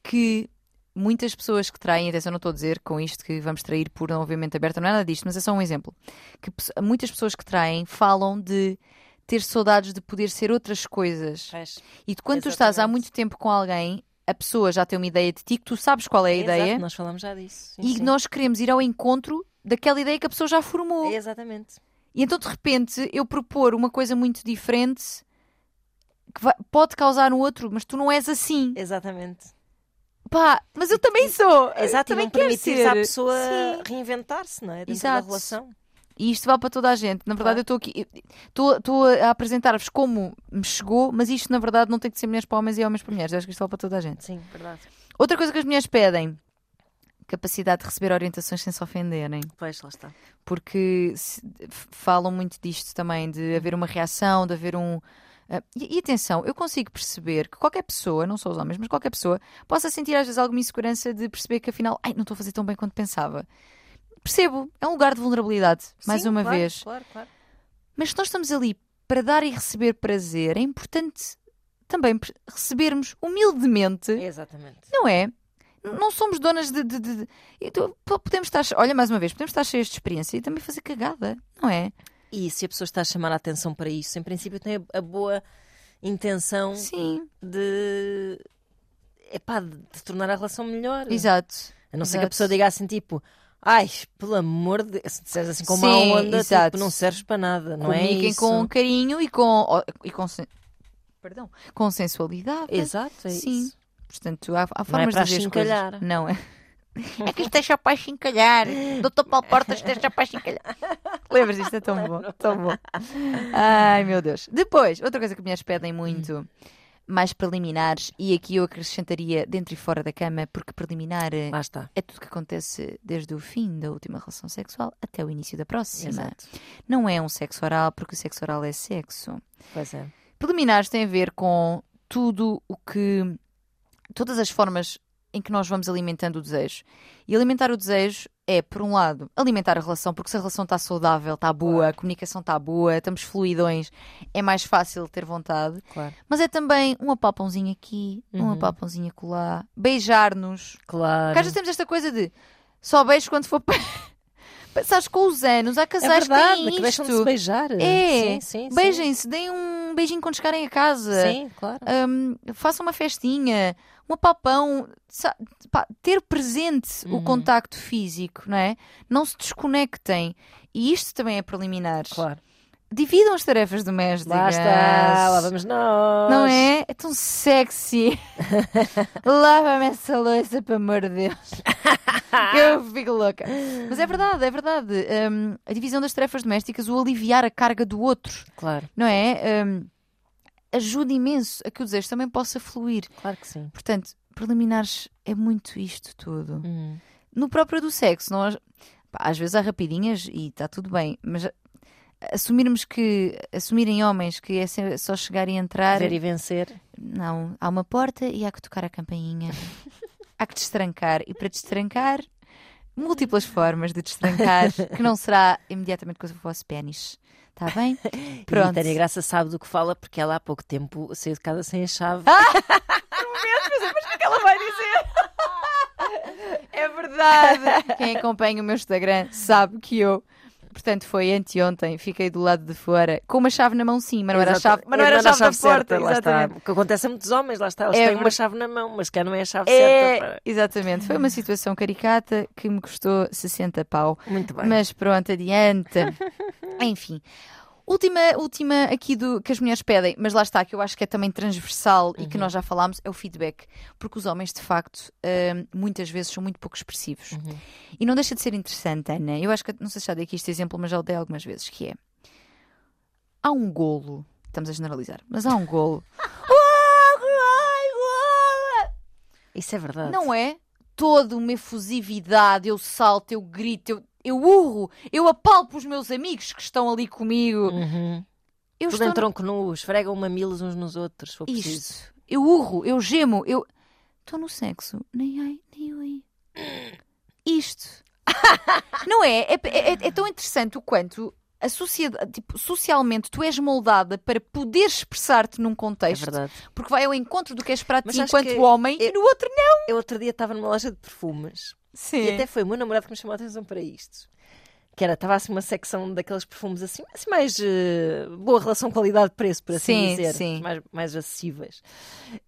Speaker 2: que muitas pessoas que traem, atenção, não estou a dizer com isto que vamos trair por não obviamente aberta, não é nada disto, mas é só um exemplo. Que pesso- muitas pessoas que traem falam de ter saudades de poder ser outras coisas.
Speaker 1: Faz.
Speaker 2: E de quando tu estás há
Speaker 1: Exatamente.
Speaker 2: muito tempo com alguém, a pessoa já tem uma ideia de ti, que tu sabes qual é a ideia.
Speaker 1: Exato, nós falamos já disso. Sim,
Speaker 2: e
Speaker 1: sim.
Speaker 2: nós queremos ir ao encontro daquela ideia que a pessoa já formou.
Speaker 1: É, Exatamente.
Speaker 2: E então, de repente, eu propor uma coisa muito diferente que vai- pode causar no outro, mas tu não és assim.
Speaker 1: Exatamente.
Speaker 2: Pá, mas eu também sou.
Speaker 1: Exato,
Speaker 2: eu também
Speaker 1: e não
Speaker 2: quero
Speaker 1: permitir
Speaker 2: ser.
Speaker 1: à pessoa
Speaker 2: Sim.
Speaker 1: reinventar-se, não é? Dentro
Speaker 2: Exato.
Speaker 1: da relação.
Speaker 2: E isto vale para toda a gente. Na verdade, eu estou aqui, eu- estou estou a apresentar-vos como me chegou, mas isto, na verdade, não tem que ser mulheres para homens e homens para mulheres. Eu acho que isto vale para toda a gente.
Speaker 1: Sim, verdade.
Speaker 2: Outra coisa que as mulheres pedem: capacidade de receber orientações sem se ofenderem.
Speaker 1: Pois, lá está.
Speaker 2: porque se- f- falam muito disto também, de haver uma reação, de haver um. ah, e, e atenção, eu consigo perceber que qualquer pessoa, não só os homens, mas qualquer pessoa, possa sentir às vezes alguma insegurança de perceber que afinal, ai, não estou a fazer tão bem quanto pensava. Percebo, é um lugar de vulnerabilidade, mais
Speaker 1: Sim,
Speaker 2: uma
Speaker 1: claro,
Speaker 2: vez.
Speaker 1: Claro, claro.
Speaker 2: Mas se nós estamos ali para dar e receber prazer, é importante também per- recebermos humildemente
Speaker 1: Exatamente.
Speaker 2: não é? Não somos donas de. de- de- de- eu tô- po- Podemos estar. Olha, mais uma vez, podemos estar cheias de experiência e também fazer cagada, não é?
Speaker 1: E se a pessoa está a chamar a atenção para isso, em princípio tem a- a boa
Speaker 2: Hum.
Speaker 1: intenção
Speaker 2: Sim,
Speaker 1: de. Epá, de de tornar a relação
Speaker 2: Hum.
Speaker 1: melhor.
Speaker 2: exato.
Speaker 1: A não ser que a
Speaker 2: Exato.
Speaker 1: pessoa diga assim, tipo, ai, pelo amor de Deus, se disseres assim com uma
Speaker 2: Sim,
Speaker 1: onda,
Speaker 2: exato.
Speaker 1: tipo, não serves para nada, não é?
Speaker 2: Comuniquem
Speaker 1: Isso.
Speaker 2: com um- carinho e com. ó, E com sen- Perdão, com sensualidade.
Speaker 1: Exato, é
Speaker 2: Sim.
Speaker 1: isso.
Speaker 2: Portanto, há, há
Speaker 1: Não é
Speaker 2: formas
Speaker 1: para
Speaker 2: de dizer as coisas.
Speaker 1: achincalhar.
Speaker 2: Não é? É que isto é só para chincalhar. Doutor Paulo Portas, isto é só para chincalhar. Lembras isto? É tão bom, tão bom. Ai, meu Deus. Depois, outra coisa que mulheres pedem muito mais preliminares, e aqui eu acrescentaria dentro e fora da cama, porque preliminar
Speaker 1: <laughs>
Speaker 2: eh,
Speaker 1: Lá está.
Speaker 2: é tudo que acontece desde o fim da última relação sexual até o início da próxima.
Speaker 1: Exato.
Speaker 2: Não é um sexo oral, porque o sexo oral é sexo.
Speaker 1: Pois é.
Speaker 2: Preliminares tem a ver com tudo o que. todas as formas em que nós vamos alimentando o desejo. E alimentar o desejo é, por um lado, alimentar a relação, porque se a relação está saudável, está boa, a comunicação está boa, estamos fluidões, é mais fácil ter vontade.
Speaker 1: Claro.
Speaker 2: Mas é também um apalpãozinho aqui, um
Speaker 1: Uhum.
Speaker 2: apalpãozinho acolá, beijar-nos. Porque
Speaker 1: Claro.
Speaker 2: às vezes temos esta coisa de só beijo quando for. <laughs> pa- Sabes, com os anos, há
Speaker 1: É
Speaker 2: casais
Speaker 1: verdade,
Speaker 2: que têm
Speaker 1: que deixam de
Speaker 2: isto.
Speaker 1: se beijar.
Speaker 2: É.
Speaker 1: Sim, sim, sim.
Speaker 2: Beijem-se, deem um beijinho quando chegarem a casa.
Speaker 1: Sim, claro.
Speaker 2: Hum, façam uma festinha, um papão, sa- pá, ter presente o
Speaker 1: Uhum.
Speaker 2: contacto físico, não é? Não se desconectem. E isto também é preliminar.
Speaker 1: Claro.
Speaker 2: Dividam as tarefas domésticas.
Speaker 1: Lá está, lá vamos nós. <laughs>
Speaker 2: Não é? É tão sexy. Lava-me essa louça, pelo amor de Deus.
Speaker 1: Ah.
Speaker 2: Que Eu fico louca. Mas é verdade, é verdade. Hum, a divisão das tarefas domésticas, o aliviar a carga do outro,
Speaker 1: Claro,
Speaker 2: não é? Hum, ajuda imenso a que o desejo também possa fluir.
Speaker 1: claro que sim.
Speaker 2: Portanto, preliminares é muito isto tudo. No próprio do sexo, nós. pá, às vezes há rapidinhas e está tudo bem, mas. a- Assumirmos que. Assumirem homens que é se- só chegar e entrar.
Speaker 1: Ver e vencer.
Speaker 2: Não, há uma porta e há que tocar a campainha. há que destrancar. E para destrancar, múltiplas formas de destrancar, que não será imediatamente com o vosso pênis. Está bem?
Speaker 1: <laughs> E
Speaker 2: Pronto.
Speaker 1: Tânia Graça sabe do que fala porque ela há pouco tempo saiu de casa sem a chave.
Speaker 2: Ah, Ela vai dizer. é verdade. <laughs> Quem acompanha o meu Instagram sabe que eu. Portanto, foi anteontem, fiquei do lado de fora, com uma chave na mão sim, mas não era a
Speaker 1: Exato.
Speaker 2: chave, mas não era a chave, da porta,
Speaker 1: certa, lá está.
Speaker 2: exatamente.
Speaker 1: O que acontece a muitos homens, lá está. Eles
Speaker 2: É
Speaker 1: têm uma
Speaker 2: verdade.
Speaker 1: chave na mão, mas cá não é a chave
Speaker 2: É,
Speaker 1: certa.
Speaker 2: exatamente, foi uma situação caricata que me custou 60 pau.
Speaker 1: para- Muito bem.
Speaker 2: Mas pronto, adiante. Enfim. Última, última aqui do que as mulheres pedem, mas lá está, que eu acho que é também transversal e que nós já falámos, é o feedback. Porque os homens, de facto, hum, muitas vezes são muito pouco expressivos. E não deixa de ser interessante, Ana. Eu acho que, não sei se já dei aqui este exemplo, mas já o dei algumas vezes, que é... Há um golo, estamos a generalizar, mas há um golo.
Speaker 1: Isso é verdade.
Speaker 2: Não é toda uma efusividade, eu salto, eu grito, eu, eu urro, eu apalpo os meus amigos que estão ali comigo.
Speaker 1: Uhum.
Speaker 2: Eu
Speaker 1: Tudo
Speaker 2: estou
Speaker 1: em tronco nu, esfregam mamilos uns nos outros, se for
Speaker 2: no...
Speaker 1: preciso.
Speaker 2: Isto. Eu urro, eu gemo, eu estou no sexo, nem ai, nem oi. Isto. <laughs> Não é? É, é- é tão interessante o quanto a sociedade, tipo, socialmente tu és moldada para poder expressar-te num
Speaker 1: É
Speaker 2: contexto,
Speaker 1: verdade.
Speaker 2: porque vai ao encontro do que és para ti
Speaker 1: Mas sabes
Speaker 2: enquanto
Speaker 1: que é
Speaker 2: homem
Speaker 1: eu-
Speaker 2: e no outro não.
Speaker 1: Eu outro dia estava numa loja de perfumes
Speaker 2: Sim.
Speaker 1: e até foi o meu namorado que me chamou a atenção para isto. Que era, estava assim uma secção daqueles perfumes assim, assim mais eh, boa relação qualidade-preço, por assim
Speaker 2: Sim,
Speaker 1: dizer,
Speaker 2: sim.
Speaker 1: Mais, mais acessíveis.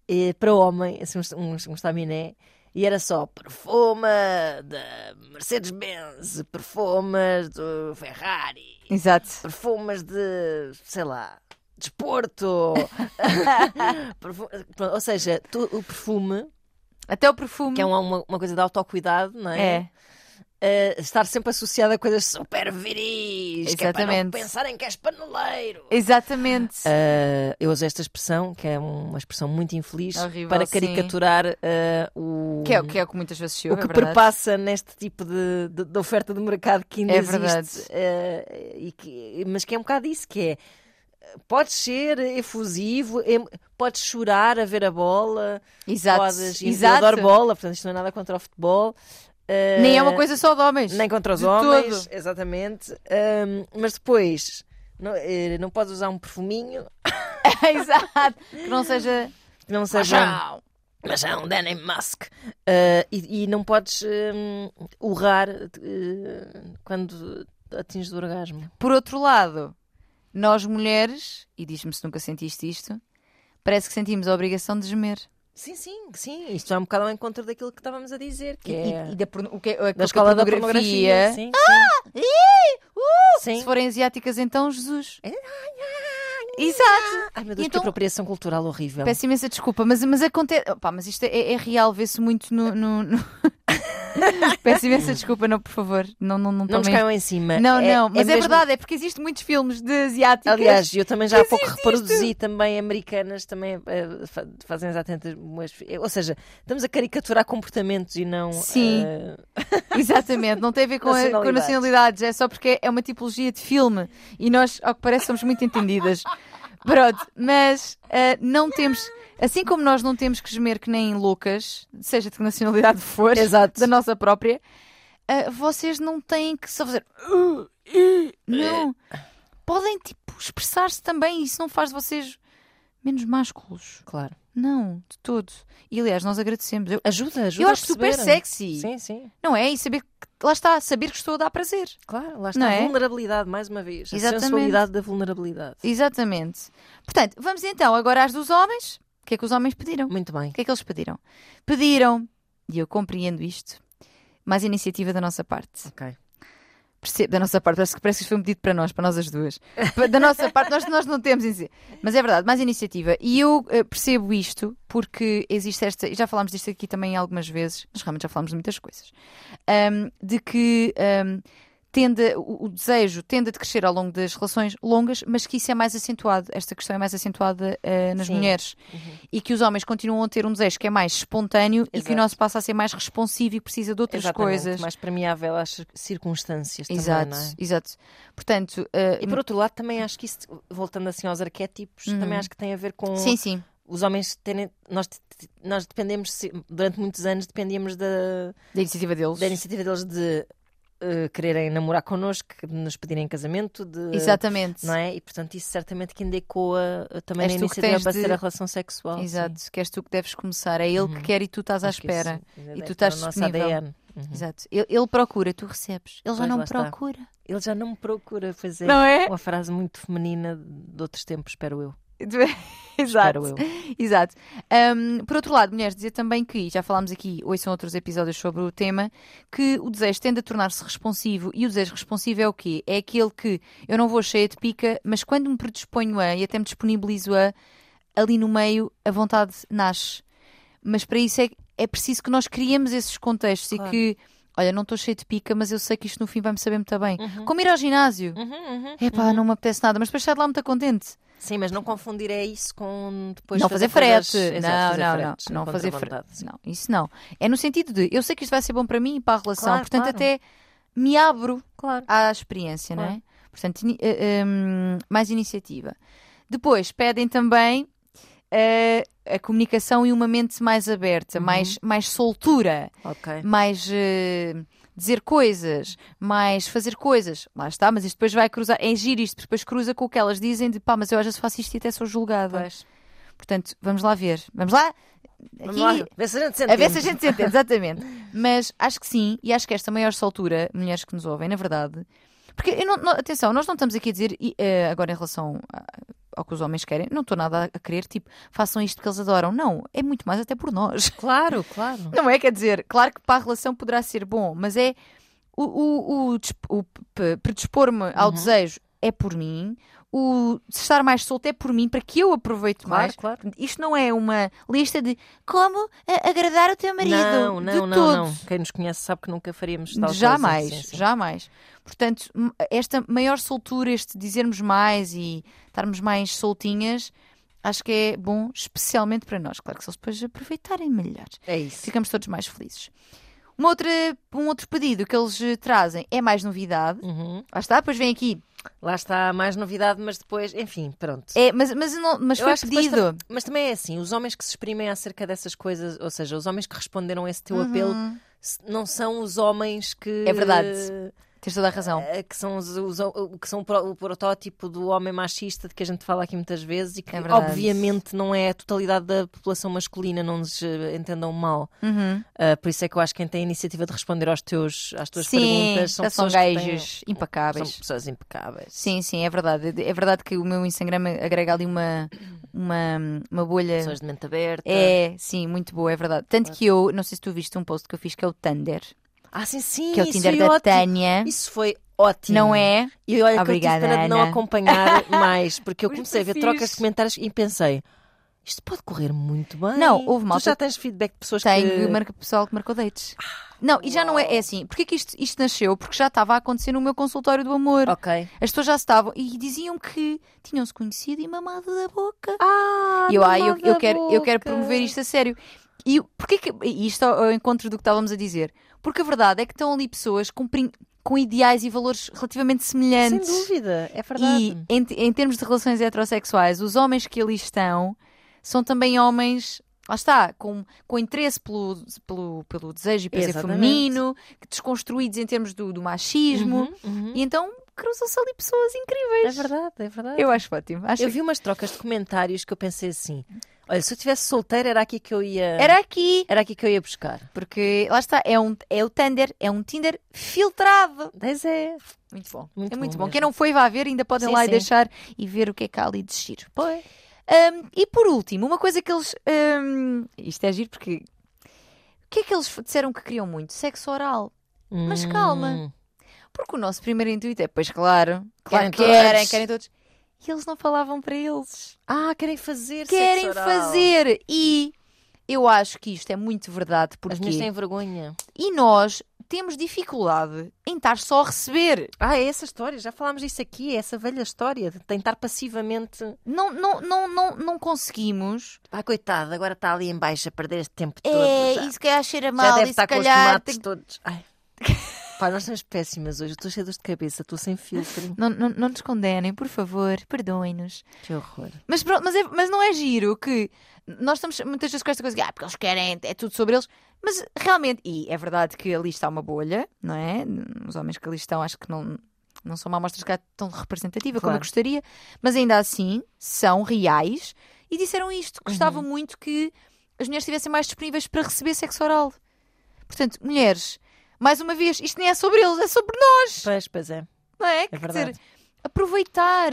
Speaker 1: Eh, para homem, assim, uns, uns, uns taminé, e era só perfume da Mercedes-Benz, perfumes do Ferrari,
Speaker 2: Exato.
Speaker 1: perfumes de, sei lá, desporto. <laughs> Perfu- Pronto, Ou seja, tu- o perfume,
Speaker 2: Até o perfume.
Speaker 1: que é uma, uma- uma coisa de autocuidado, não é?
Speaker 2: É.
Speaker 1: Eh, estar sempre associado a coisas super viris, que é para não
Speaker 2: Exatamente.
Speaker 1: pensarem que és paneleiro.
Speaker 2: Exatamente.
Speaker 1: Eh, eu uso esta expressão, que é uma expressão muito infeliz,
Speaker 2: Horrível,
Speaker 1: para
Speaker 2: sim.
Speaker 1: caricaturar eh, o,
Speaker 2: Que, é, que é o que muitas vezes se
Speaker 1: o
Speaker 2: ouve,
Speaker 1: que
Speaker 2: é verdade.
Speaker 1: perpassa neste tipo de, de- de oferta de mercado que ainda
Speaker 2: É verdade.
Speaker 1: existe. eh, e que- mas que é um bocado isso, que é... eh, Podes ser efusivo, em- podes chorar a ver a bola,
Speaker 2: Exato.
Speaker 1: podes... e
Speaker 2: Exato.
Speaker 1: Eu adoro bola, portanto isto não é nada contra o futebol. Eh,
Speaker 2: Nem é uma coisa só de homens.
Speaker 1: nem contra os
Speaker 2: De
Speaker 1: homens,
Speaker 2: todo.
Speaker 1: exatamente. Ahm, mas depois, não, eh, não podes usar um perfuminho
Speaker 2: <laughs> Exato. Que não seja.
Speaker 1: que não seja. um,
Speaker 2: Machão.
Speaker 1: Mas é um Danny Musk. Ah, e, e não podes hum, urrar eh, quando atinges o orgasmo.
Speaker 2: Por outro lado, nós mulheres, e diz-me se nunca sentiste isto, parece que sentimos a obrigação de gemer.
Speaker 1: Sim, sim, sim. Isto é um bocado ao encontro daquilo que estávamos a dizer, que
Speaker 2: E-
Speaker 1: é.
Speaker 2: E, e da, porno- o que, é- aquilo que
Speaker 1: da
Speaker 2: a
Speaker 1: escola da
Speaker 2: pornografia-
Speaker 1: pornografia. Ah, uh! Sim, sim.
Speaker 2: Se
Speaker 1: Sim.
Speaker 2: forem asiáticas, então, Jesus. Exato.
Speaker 1: Ai meu Deus,
Speaker 2: Então-
Speaker 1: que apropriação cultural horrível.
Speaker 2: é <laughs> Peço imensa desculpa, mas, mas acontece. Pá, mas isto é, é real, vê-se muito no. no- no- Peço imensa desculpa, não, por favor. Não, não,
Speaker 1: Não
Speaker 2: não,
Speaker 1: nos
Speaker 2: tomem-
Speaker 1: caiam em cima.
Speaker 2: Não, não, mas é,
Speaker 1: mesmo-
Speaker 2: verdade, é porque existem muitos filmes de asiáticas.
Speaker 1: Aliás, eu também já há
Speaker 2: é,
Speaker 1: pouco reproduzi também americanas, também eh, fa- fazem exatamente umas. Ou seja, estamos a caricaturar comportamentos e não.
Speaker 2: Sim.
Speaker 1: eh,
Speaker 2: Exatamente, não tem a ver com, a- com
Speaker 1: Nacionalidades.
Speaker 2: nacionalidades, é só porque é uma tipologia de filme e nós, ao que parece, somos muito entendidas. Pronto, mas ah, não temos, assim como nós não temos que gemer que nem loucas, seja de que nacionalidade for,
Speaker 1: Exato.
Speaker 2: da nossa própria, ah, vocês não têm que só fazer. "Uh,
Speaker 1: É.
Speaker 2: Não. Podem, tipo, expressar-se também, isso não faz de vocês menos másculos.
Speaker 1: Claro.
Speaker 2: Não, de todo. E aliás, nós agradecemos. Eu,
Speaker 1: Ajuda, ajuda.
Speaker 2: eu
Speaker 1: a
Speaker 2: acho super
Speaker 1: perceber.
Speaker 2: sexy.
Speaker 1: Sim, sim.
Speaker 2: Não é? E saber que, lá está, saber que estou a dar prazer.
Speaker 1: Claro, lá está.
Speaker 2: Não
Speaker 1: a
Speaker 2: é?
Speaker 1: Vulnerabilidade, mais uma vez.
Speaker 2: Exatamente.
Speaker 1: A sensualidade da vulnerabilidade.
Speaker 2: Exatamente. Portanto, vamos então agora às dos homens. O que é que os homens pediram?
Speaker 1: Muito bem.
Speaker 2: O que é que eles pediram? Pediram, e eu compreendo isto, mais iniciativa da nossa parte.
Speaker 1: Ok.
Speaker 2: Perce- Da nossa parte, parece que, parece que isto foi um pedido para nós, para nós as duas. Pa- Da nossa parte, nós, nós não temos. inici- Mas é verdade, mais iniciativa. E eu eh, percebo isto porque existe esta. e Já falámos disto aqui também algumas vezes, mas realmente já falámos de muitas coisas. ahm, de que ahm, tende, o, o desejo tende a crescer ao longo das relações longas, mas que isso é mais acentuado. Esta questão é mais acentuada ah, nas
Speaker 1: Sim. Uhum.
Speaker 2: mulheres. E que os homens continuam a ter um desejo que é mais espontâneo e que o
Speaker 1: Exato.
Speaker 2: nosso passa a ser mais responsivo e que precisa de outras
Speaker 1: Exatamente.
Speaker 2: coisas.
Speaker 1: Mais premiável às cir- circunstâncias
Speaker 2: Exato,
Speaker 1: também, não é?
Speaker 2: exato. Portanto, ah,
Speaker 1: E por outro lado, também acho que isso, voltando assim aos arquétipos,
Speaker 2: Uhum.
Speaker 1: também acho que tem a ver com
Speaker 2: sim, sim.
Speaker 1: os homens terem. Nós, te- te- nós dependemos, se- durante muitos anos, dependíamos da,
Speaker 2: Da iniciativa deles.
Speaker 1: da iniciativa deles de eh, quererem namorar connosco, de nos pedirem em casamento, de.
Speaker 2: Exatamente.
Speaker 1: Não é? E portanto, isso certamente que ainda ecoa eh, também
Speaker 2: És
Speaker 1: na
Speaker 2: tu que
Speaker 1: iniciativa
Speaker 2: tens
Speaker 1: para
Speaker 2: de-
Speaker 1: ser a relação sexual.
Speaker 2: Exato. Que és tu que deves começar. É ele
Speaker 1: Uhum.
Speaker 2: que quer e tu estás à espera. E tu estás
Speaker 1: nosso
Speaker 2: disponível.
Speaker 1: ADN. Uhum.
Speaker 2: Exato. Ele, ele procura, tu recebes. Ele já
Speaker 1: Pois,
Speaker 2: não
Speaker 1: lá está.
Speaker 2: procura.
Speaker 1: Ele já não me procura, pois é.
Speaker 2: Não é? <laughs>
Speaker 1: Uma frase muito feminina de outros tempos, espero eu. Espero
Speaker 2: Exato.
Speaker 1: eu.
Speaker 2: Exato. Hum, por outro lado, mulheres, dizer também que, já falámos aqui, hoje são outros episódios sobre o tema, que o desejo tende a tornar-se responsivo. E o desejo responsivo é o quê? É aquele que eu não vou cheia de pica, mas quando me predisponho a e até me disponibilizo a, ali no meio, a vontade nasce. Mas para isso é, é preciso que nós criemos esses contextos e
Speaker 1: Claro.
Speaker 2: que, olha, não estou cheia de pica, mas eu sei que isto no fim vai-me saber muito bem. Como ir ao ginásio. Epá, não me apetece nada, mas depois sai de lá muito contente.
Speaker 1: Uhum, Sim, mas não confundir é isso com depois
Speaker 2: não fazer, frete.
Speaker 1: coisas-
Speaker 2: não,
Speaker 1: Exato, fazer
Speaker 2: não,
Speaker 1: fretes
Speaker 2: não. Não
Speaker 1: com
Speaker 2: fazer frete.
Speaker 1: contrabandado.
Speaker 2: Não, isso não. É no sentido de eu sei que isto vai ser bom para mim e para a relação,
Speaker 1: Claro,
Speaker 2: portanto,
Speaker 1: claro.
Speaker 2: até me abro
Speaker 1: Claro.
Speaker 2: à experiência, não é? Portanto, ini- eh, hum, mais iniciativa. Depois pedem também eh, a comunicação e uma mente mais
Speaker 1: Uhum.
Speaker 2: aberta, mais, mais soltura
Speaker 1: Ok.
Speaker 2: mais eh, dizer coisas, mais fazer coisas. Lá está, mas isto depois vai cruzar, é giro isto, porque depois cruza com o que elas dizem de pá, mas eu às vezes faço isto e até sou julgada.
Speaker 1: Pois.
Speaker 2: Portanto, vamos lá ver. Vamos lá?
Speaker 1: Vamos
Speaker 2: Aqui-
Speaker 1: lá, vê se a gente se
Speaker 2: a ver se a
Speaker 1: entende.
Speaker 2: gente se entende, exatamente. Mas acho que sim, e acho que esta maior soltura, mulheres que nos ouvem, na verdade. Porque, eu não- não- atenção, nós não estamos aqui a dizer, e, eh, agora em relação a- ao que os homens querem, não estou nada a- a querer, tipo, façam isto que eles adoram. Não, é muito mais até por nós.
Speaker 1: Claro, claro.
Speaker 2: Não é? Quer dizer, claro que para a relação poderá ser bom, mas é o, o- o disp- o p- predispor-me
Speaker 1: Uhum.
Speaker 2: ao desejo é por mim, o estar mais solto é por mim, para que eu aproveite mais.
Speaker 1: Claro, claro.
Speaker 2: Isto não é uma lista de como a- agradar o teu marido.
Speaker 1: Não,
Speaker 2: de
Speaker 1: não, não,
Speaker 2: todo.
Speaker 1: não. Quem nos conhece sabe que nunca faríamos tal coisa.
Speaker 2: Jamais,
Speaker 1: Sim, sim.
Speaker 2: jamais. Portanto, m- esta maior soltura, este dizermos mais e estarmos mais soltinhas, acho que é bom, especialmente para nós. Claro que se eles depois aproveitarem melhor
Speaker 1: É isso.
Speaker 2: ficamos todos mais felizes. Uma outra, um outro pedido que eles eh, trazem é mais novidade.
Speaker 1: Uhum.
Speaker 2: Lá está, depois vem aqui.
Speaker 1: Lá está mais novidade, mas depois, enfim, pronto.
Speaker 2: É, mas, mas, eu não- mas
Speaker 1: Eu
Speaker 2: foi
Speaker 1: acho que depois
Speaker 2: pedido.
Speaker 1: Mas também é assim, os homens que se exprimem acerca dessas coisas, ou seja, os homens que responderam a esse teu apelo,
Speaker 2: Uhum.
Speaker 1: se- não são os homens que.
Speaker 2: É verdade. Tens toda a razão.
Speaker 1: eh, Que são, os, os- o- que são o pro- o protótipo do homem machista de que a gente fala aqui muitas vezes e que
Speaker 2: É verdade.
Speaker 1: obviamente não é a totalidade da população masculina, não nos eh, entendam mal.
Speaker 2: Uhum.
Speaker 1: Ah, por isso é que eu acho que quem tem a iniciativa de responder aos teus, às tuas
Speaker 2: Sim,
Speaker 1: perguntas são
Speaker 2: já são
Speaker 1: pessoas que têm- um,
Speaker 2: gajos impacáveis.
Speaker 1: São pessoas impecáveis.
Speaker 2: Sim, sim, é verdade. É verdade que o meu Instagram agrega ali uma, uma, uma bolha.
Speaker 1: Pessoas de mente aberta.
Speaker 2: É, sim, muito boa, é verdade. Tanto que eu, não sei se tu viste um post que eu fiz que é o Thunder,
Speaker 1: Ah, sim, sim.
Speaker 2: que é o
Speaker 1: isso
Speaker 2: Tinder
Speaker 1: foi
Speaker 2: da
Speaker 1: ótimo.
Speaker 2: Tânia.
Speaker 1: Isso foi ótimo.
Speaker 2: Não é?
Speaker 1: E olha que eu tive
Speaker 2: Obrigada,
Speaker 1: pena de não
Speaker 2: Ana. <laughs>
Speaker 1: acompanhar mais, porque eu
Speaker 2: Os
Speaker 1: comecei a ver
Speaker 2: perfis.
Speaker 1: trocas de comentários e pensei: Isto pode correr muito bem.
Speaker 2: Não, houve malta-
Speaker 1: Tu já tens feedback de pessoas
Speaker 2: Tenho
Speaker 1: que... Ah,
Speaker 2: marca pessoal que marcou dates. não, e já não é, é assim. Porquê que isto, isto nasceu? Porque já estava a acontecer no meu consultório do amor.
Speaker 1: Ok.
Speaker 2: As pessoas já estavam e diziam que tinham-se conhecido e mamado da boca.
Speaker 1: Ah,
Speaker 2: E eu, ah, eu,
Speaker 1: mamada
Speaker 2: eu, quero, eu quero
Speaker 1: boca.
Speaker 2: promover isto a sério. E porquê que. e Isto ao ao encontro do que estávamos a dizer. Porque a verdade é que estão ali pessoas com, prin- com ideais e valores relativamente
Speaker 1: Sem
Speaker 2: semelhantes.
Speaker 1: dúvida, é
Speaker 2: E
Speaker 1: verdade.
Speaker 2: em, te- em termos de relações heterossexuais, os homens que ali estão são também homens. Lá está, com, com interesse pelo, pelo, pelo desejo e prazer
Speaker 1: Exatamente.
Speaker 2: feminino, desconstruídos em termos do, do machismo.
Speaker 1: Uhum, uhum.
Speaker 2: E então cruzam-se ali pessoas
Speaker 1: É
Speaker 2: incríveis.
Speaker 1: verdade, é verdade.
Speaker 2: Eu acho ótimo. Acho
Speaker 1: Eu vi umas trocas de comentários que eu pensei assim: olha, se eu estivesse solteira era aqui que eu ia.
Speaker 2: que era aqui.
Speaker 1: era aqui que eu ia buscar.
Speaker 2: Porque lá está, é, um, é o Tinder, é um Tinder filtrado.
Speaker 1: Mas é.
Speaker 2: Muito bom.
Speaker 1: Muito
Speaker 2: é
Speaker 1: bom
Speaker 2: muito bom.
Speaker 1: mesmo.
Speaker 2: Quem não foi, vá ver, ainda podem
Speaker 1: Sim,
Speaker 2: lá e
Speaker 1: sim.
Speaker 2: deixar e ver o que é que há ali de giro.
Speaker 1: Pois.
Speaker 2: Ahm, e por último, uma coisa que eles. ahm, isto é giro porque. O que é que eles disseram que queriam muito? Sexo oral. Mas calma.
Speaker 1: Hum.
Speaker 2: Porque o nosso primeiro intuito é, pois claro, claro
Speaker 1: Querem
Speaker 2: que querem,
Speaker 1: todos.
Speaker 2: querem todos. E eles não falavam para eles.
Speaker 1: Ah, querem fazer
Speaker 2: Querem
Speaker 1: sexo oral.
Speaker 2: fazer. E eu acho que isto é muito verdade.
Speaker 1: As
Speaker 2: Porque...
Speaker 1: minhas têm vergonha.
Speaker 2: E nós temos dificuldade em estar só a receber.
Speaker 1: Ah, é essa história, já falámos disso aqui, é essa velha história de tentar passivamente.
Speaker 2: Não, não, não, não, não conseguimos.
Speaker 1: Ah, coitado, agora está ali em baixo a perder este tempo todo.
Speaker 2: é,
Speaker 1: já
Speaker 2: e se calhar cheira
Speaker 1: já
Speaker 2: mal,
Speaker 1: deve
Speaker 2: e
Speaker 1: estar
Speaker 2: se
Speaker 1: com os
Speaker 2: calhar.
Speaker 1: tomates todos. Ai. <laughs> Pá, nós estamos péssimas hoje, eu estou cheia de dor de cabeça, estou sem filtro.
Speaker 2: Não, não, não nos condenem, por favor, perdoem-nos.
Speaker 1: <laughs> Que horror.
Speaker 2: Mas, pronto, mas, é- mas não é giro que nós estamos muitas vezes com esta coisa que ah, porque eles querem, é tudo sobre eles. Mas realmente, e é verdade que ali está uma bolha, não é? Os homens que ali estão, acho que não, não são uma amostra cá tão representativa como
Speaker 1: Claro.
Speaker 2: eu gostaria, mas ainda assim são reais e disseram isto. Gostavam muito que as mulheres estivessem mais disponíveis para receber sexo oral. Portanto, mulheres, mais uma vez, isto nem é sobre eles, é sobre nós,
Speaker 1: Pois, pois é.
Speaker 2: não é?
Speaker 1: É
Speaker 2: Quer dizer,
Speaker 1: verdade.
Speaker 2: aproveitar.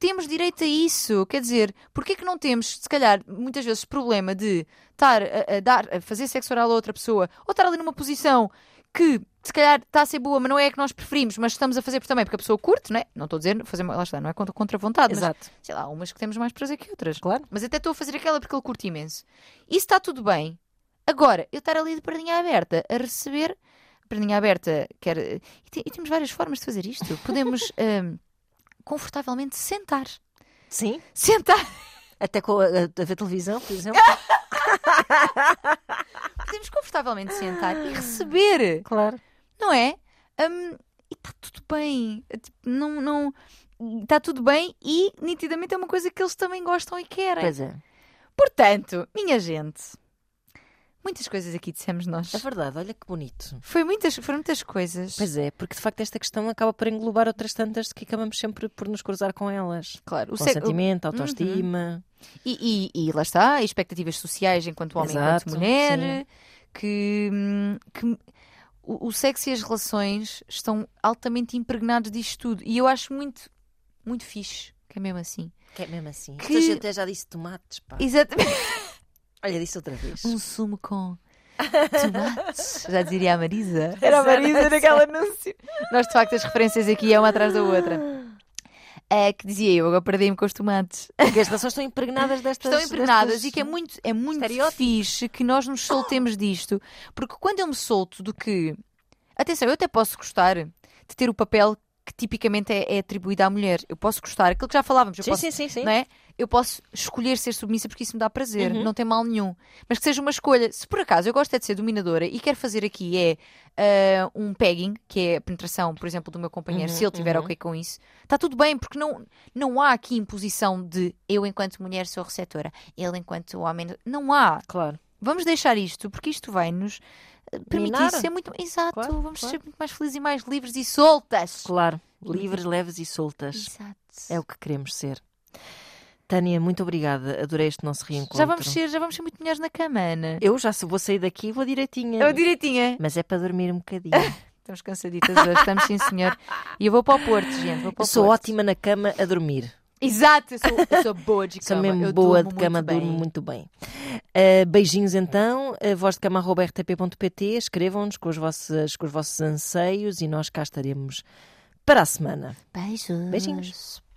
Speaker 2: Temos direito a isso. Quer dizer, porquê que não temos, se calhar, muitas vezes, problema de estar a, a dar, a fazer sexo oral a outra pessoa ou estar ali numa posição que, se calhar, está a ser boa, mas não é a que nós preferimos, mas estamos a fazer por- também porque a pessoa curte, não é? Não estou a dizer, fazer, lá está, não é contra, contra a vontade, mas
Speaker 1: Exato.
Speaker 2: sei lá, umas que temos mais prazer que outras.
Speaker 1: Claro.
Speaker 2: Mas até estou a fazer aquela porque ele curte imenso. Isso está tudo bem. Agora, eu estar ali de perninha aberta a receber, perninha aberta, quer. E, te- e temos várias formas de fazer isto. Podemos hum, confortavelmente sentar.
Speaker 1: Sim,
Speaker 2: Sentar!
Speaker 1: até com a, a- a ver televisão, por <laughs> exemplo.
Speaker 2: Podemos confortavelmente sentar e receber,
Speaker 1: claro.
Speaker 2: não é? Hum, e está tudo bem. Tipo, Não, não. Está tudo bem e nitidamente é uma coisa que eles também gostam e querem.
Speaker 1: Pois é.
Speaker 2: Portanto, minha gente, muitas coisas aqui dissemos nós.
Speaker 1: É verdade, olha que bonito.
Speaker 2: Foi muitas, foram muitas coisas.
Speaker 1: Pois é, porque de facto esta questão acaba por englobar outras tantas que acabamos sempre por nos cruzar com elas.
Speaker 2: claro, o
Speaker 1: O Uhum.
Speaker 2: sexo-
Speaker 1: sentimento, a autoestima.
Speaker 2: e, e- e lá está, expectativas sociais enquanto homem,
Speaker 1: Exato,
Speaker 2: enquanto mulher, que, hum, que o, o sexo e as relações estão altamente impregnados disto tudo. E eu acho muito, muito fixe, que é mesmo assim.
Speaker 1: Que é mesmo assim.
Speaker 2: Que-
Speaker 1: Esta gente até já disse tomates, pá.
Speaker 2: Exatamente.
Speaker 1: Olha, disse outra vez.
Speaker 2: Um sumo <laughs> com tomates. Já diria a Marisa.
Speaker 1: <laughs> Era a Marisa <laughs>
Speaker 2: naquele anúncio. Nós, de facto, as referências aqui é uma atrás da outra. É, que dizia eu, agora perdi-me com os tomates.
Speaker 1: Porque as relações estão impregnadas destas.
Speaker 2: Estão impregnadas
Speaker 1: destas-
Speaker 2: e que é muito, é muito
Speaker 1: estereótipos.
Speaker 2: fixe que nós nos soltemos disto. Porque quando eu me solto do que. Atenção, eu até posso gostar de ter o papel que tipicamente é, é atribuído à mulher. Eu posso gostar, aquilo que já falávamos, eu
Speaker 1: Sim,
Speaker 2: posso
Speaker 1: sim, sim, sim.
Speaker 2: não é? Eu posso escolher ser submissa porque isso me dá prazer,
Speaker 1: Uhum.
Speaker 2: não tem mal nenhum. Mas que seja uma escolha. Se por acaso eu gosto é de ser dominadora e quero fazer aqui é ah, um pegging, que é a penetração, por exemplo, do meu companheiro,
Speaker 1: Uhum,
Speaker 2: se ele tiver
Speaker 1: uhum.
Speaker 2: ok com isso, está tudo bem, porque não, não há aqui imposição de eu, enquanto mulher, sou receptora, ele, enquanto homem. Não há.
Speaker 1: Clalo.
Speaker 2: Vamos deixar isto, porque isto vai nos ah, permitir
Speaker 1: Minar.
Speaker 2: ser muito. Exato,
Speaker 1: Claro,
Speaker 2: vamos
Speaker 1: claro.
Speaker 2: ser muito mais felizes e mais livres e soltas.
Speaker 1: Claro. Livres, leves e soltas.
Speaker 2: Exato.
Speaker 1: É o que queremos ser. Tânia, muito obrigada. Adorei este nosso reencontro.
Speaker 2: já, vamos ser, já vamos ser muito melhores na cama, Ana.
Speaker 1: Eu já se- vou sair daqui e vou direitinha.
Speaker 2: Eu direitinha.
Speaker 1: Mas é para dormir um
Speaker 2: <laughs>
Speaker 1: bocadinho.
Speaker 2: Estamos cansaditas hoje, estamos sim, senhor. E eu vou para o Porto, gente. Vou para
Speaker 1: Eu
Speaker 2: o
Speaker 1: sou
Speaker 2: Porto.
Speaker 1: ótima na cama a dormir.
Speaker 2: Exato, eu sou, eu sou boa de
Speaker 1: Sou
Speaker 2: cama.
Speaker 1: mesmo
Speaker 2: eu
Speaker 1: boa
Speaker 2: durmo
Speaker 1: de cama,
Speaker 2: muito bem.
Speaker 1: durmo muito bem. Uh, beijinhos então, uh, voz de cama.rtp.pt. Escrevam-nos com, os vossos- com os vossos anseios e nós cá estaremos para a semana.
Speaker 2: Beijos.
Speaker 1: Beijinhos.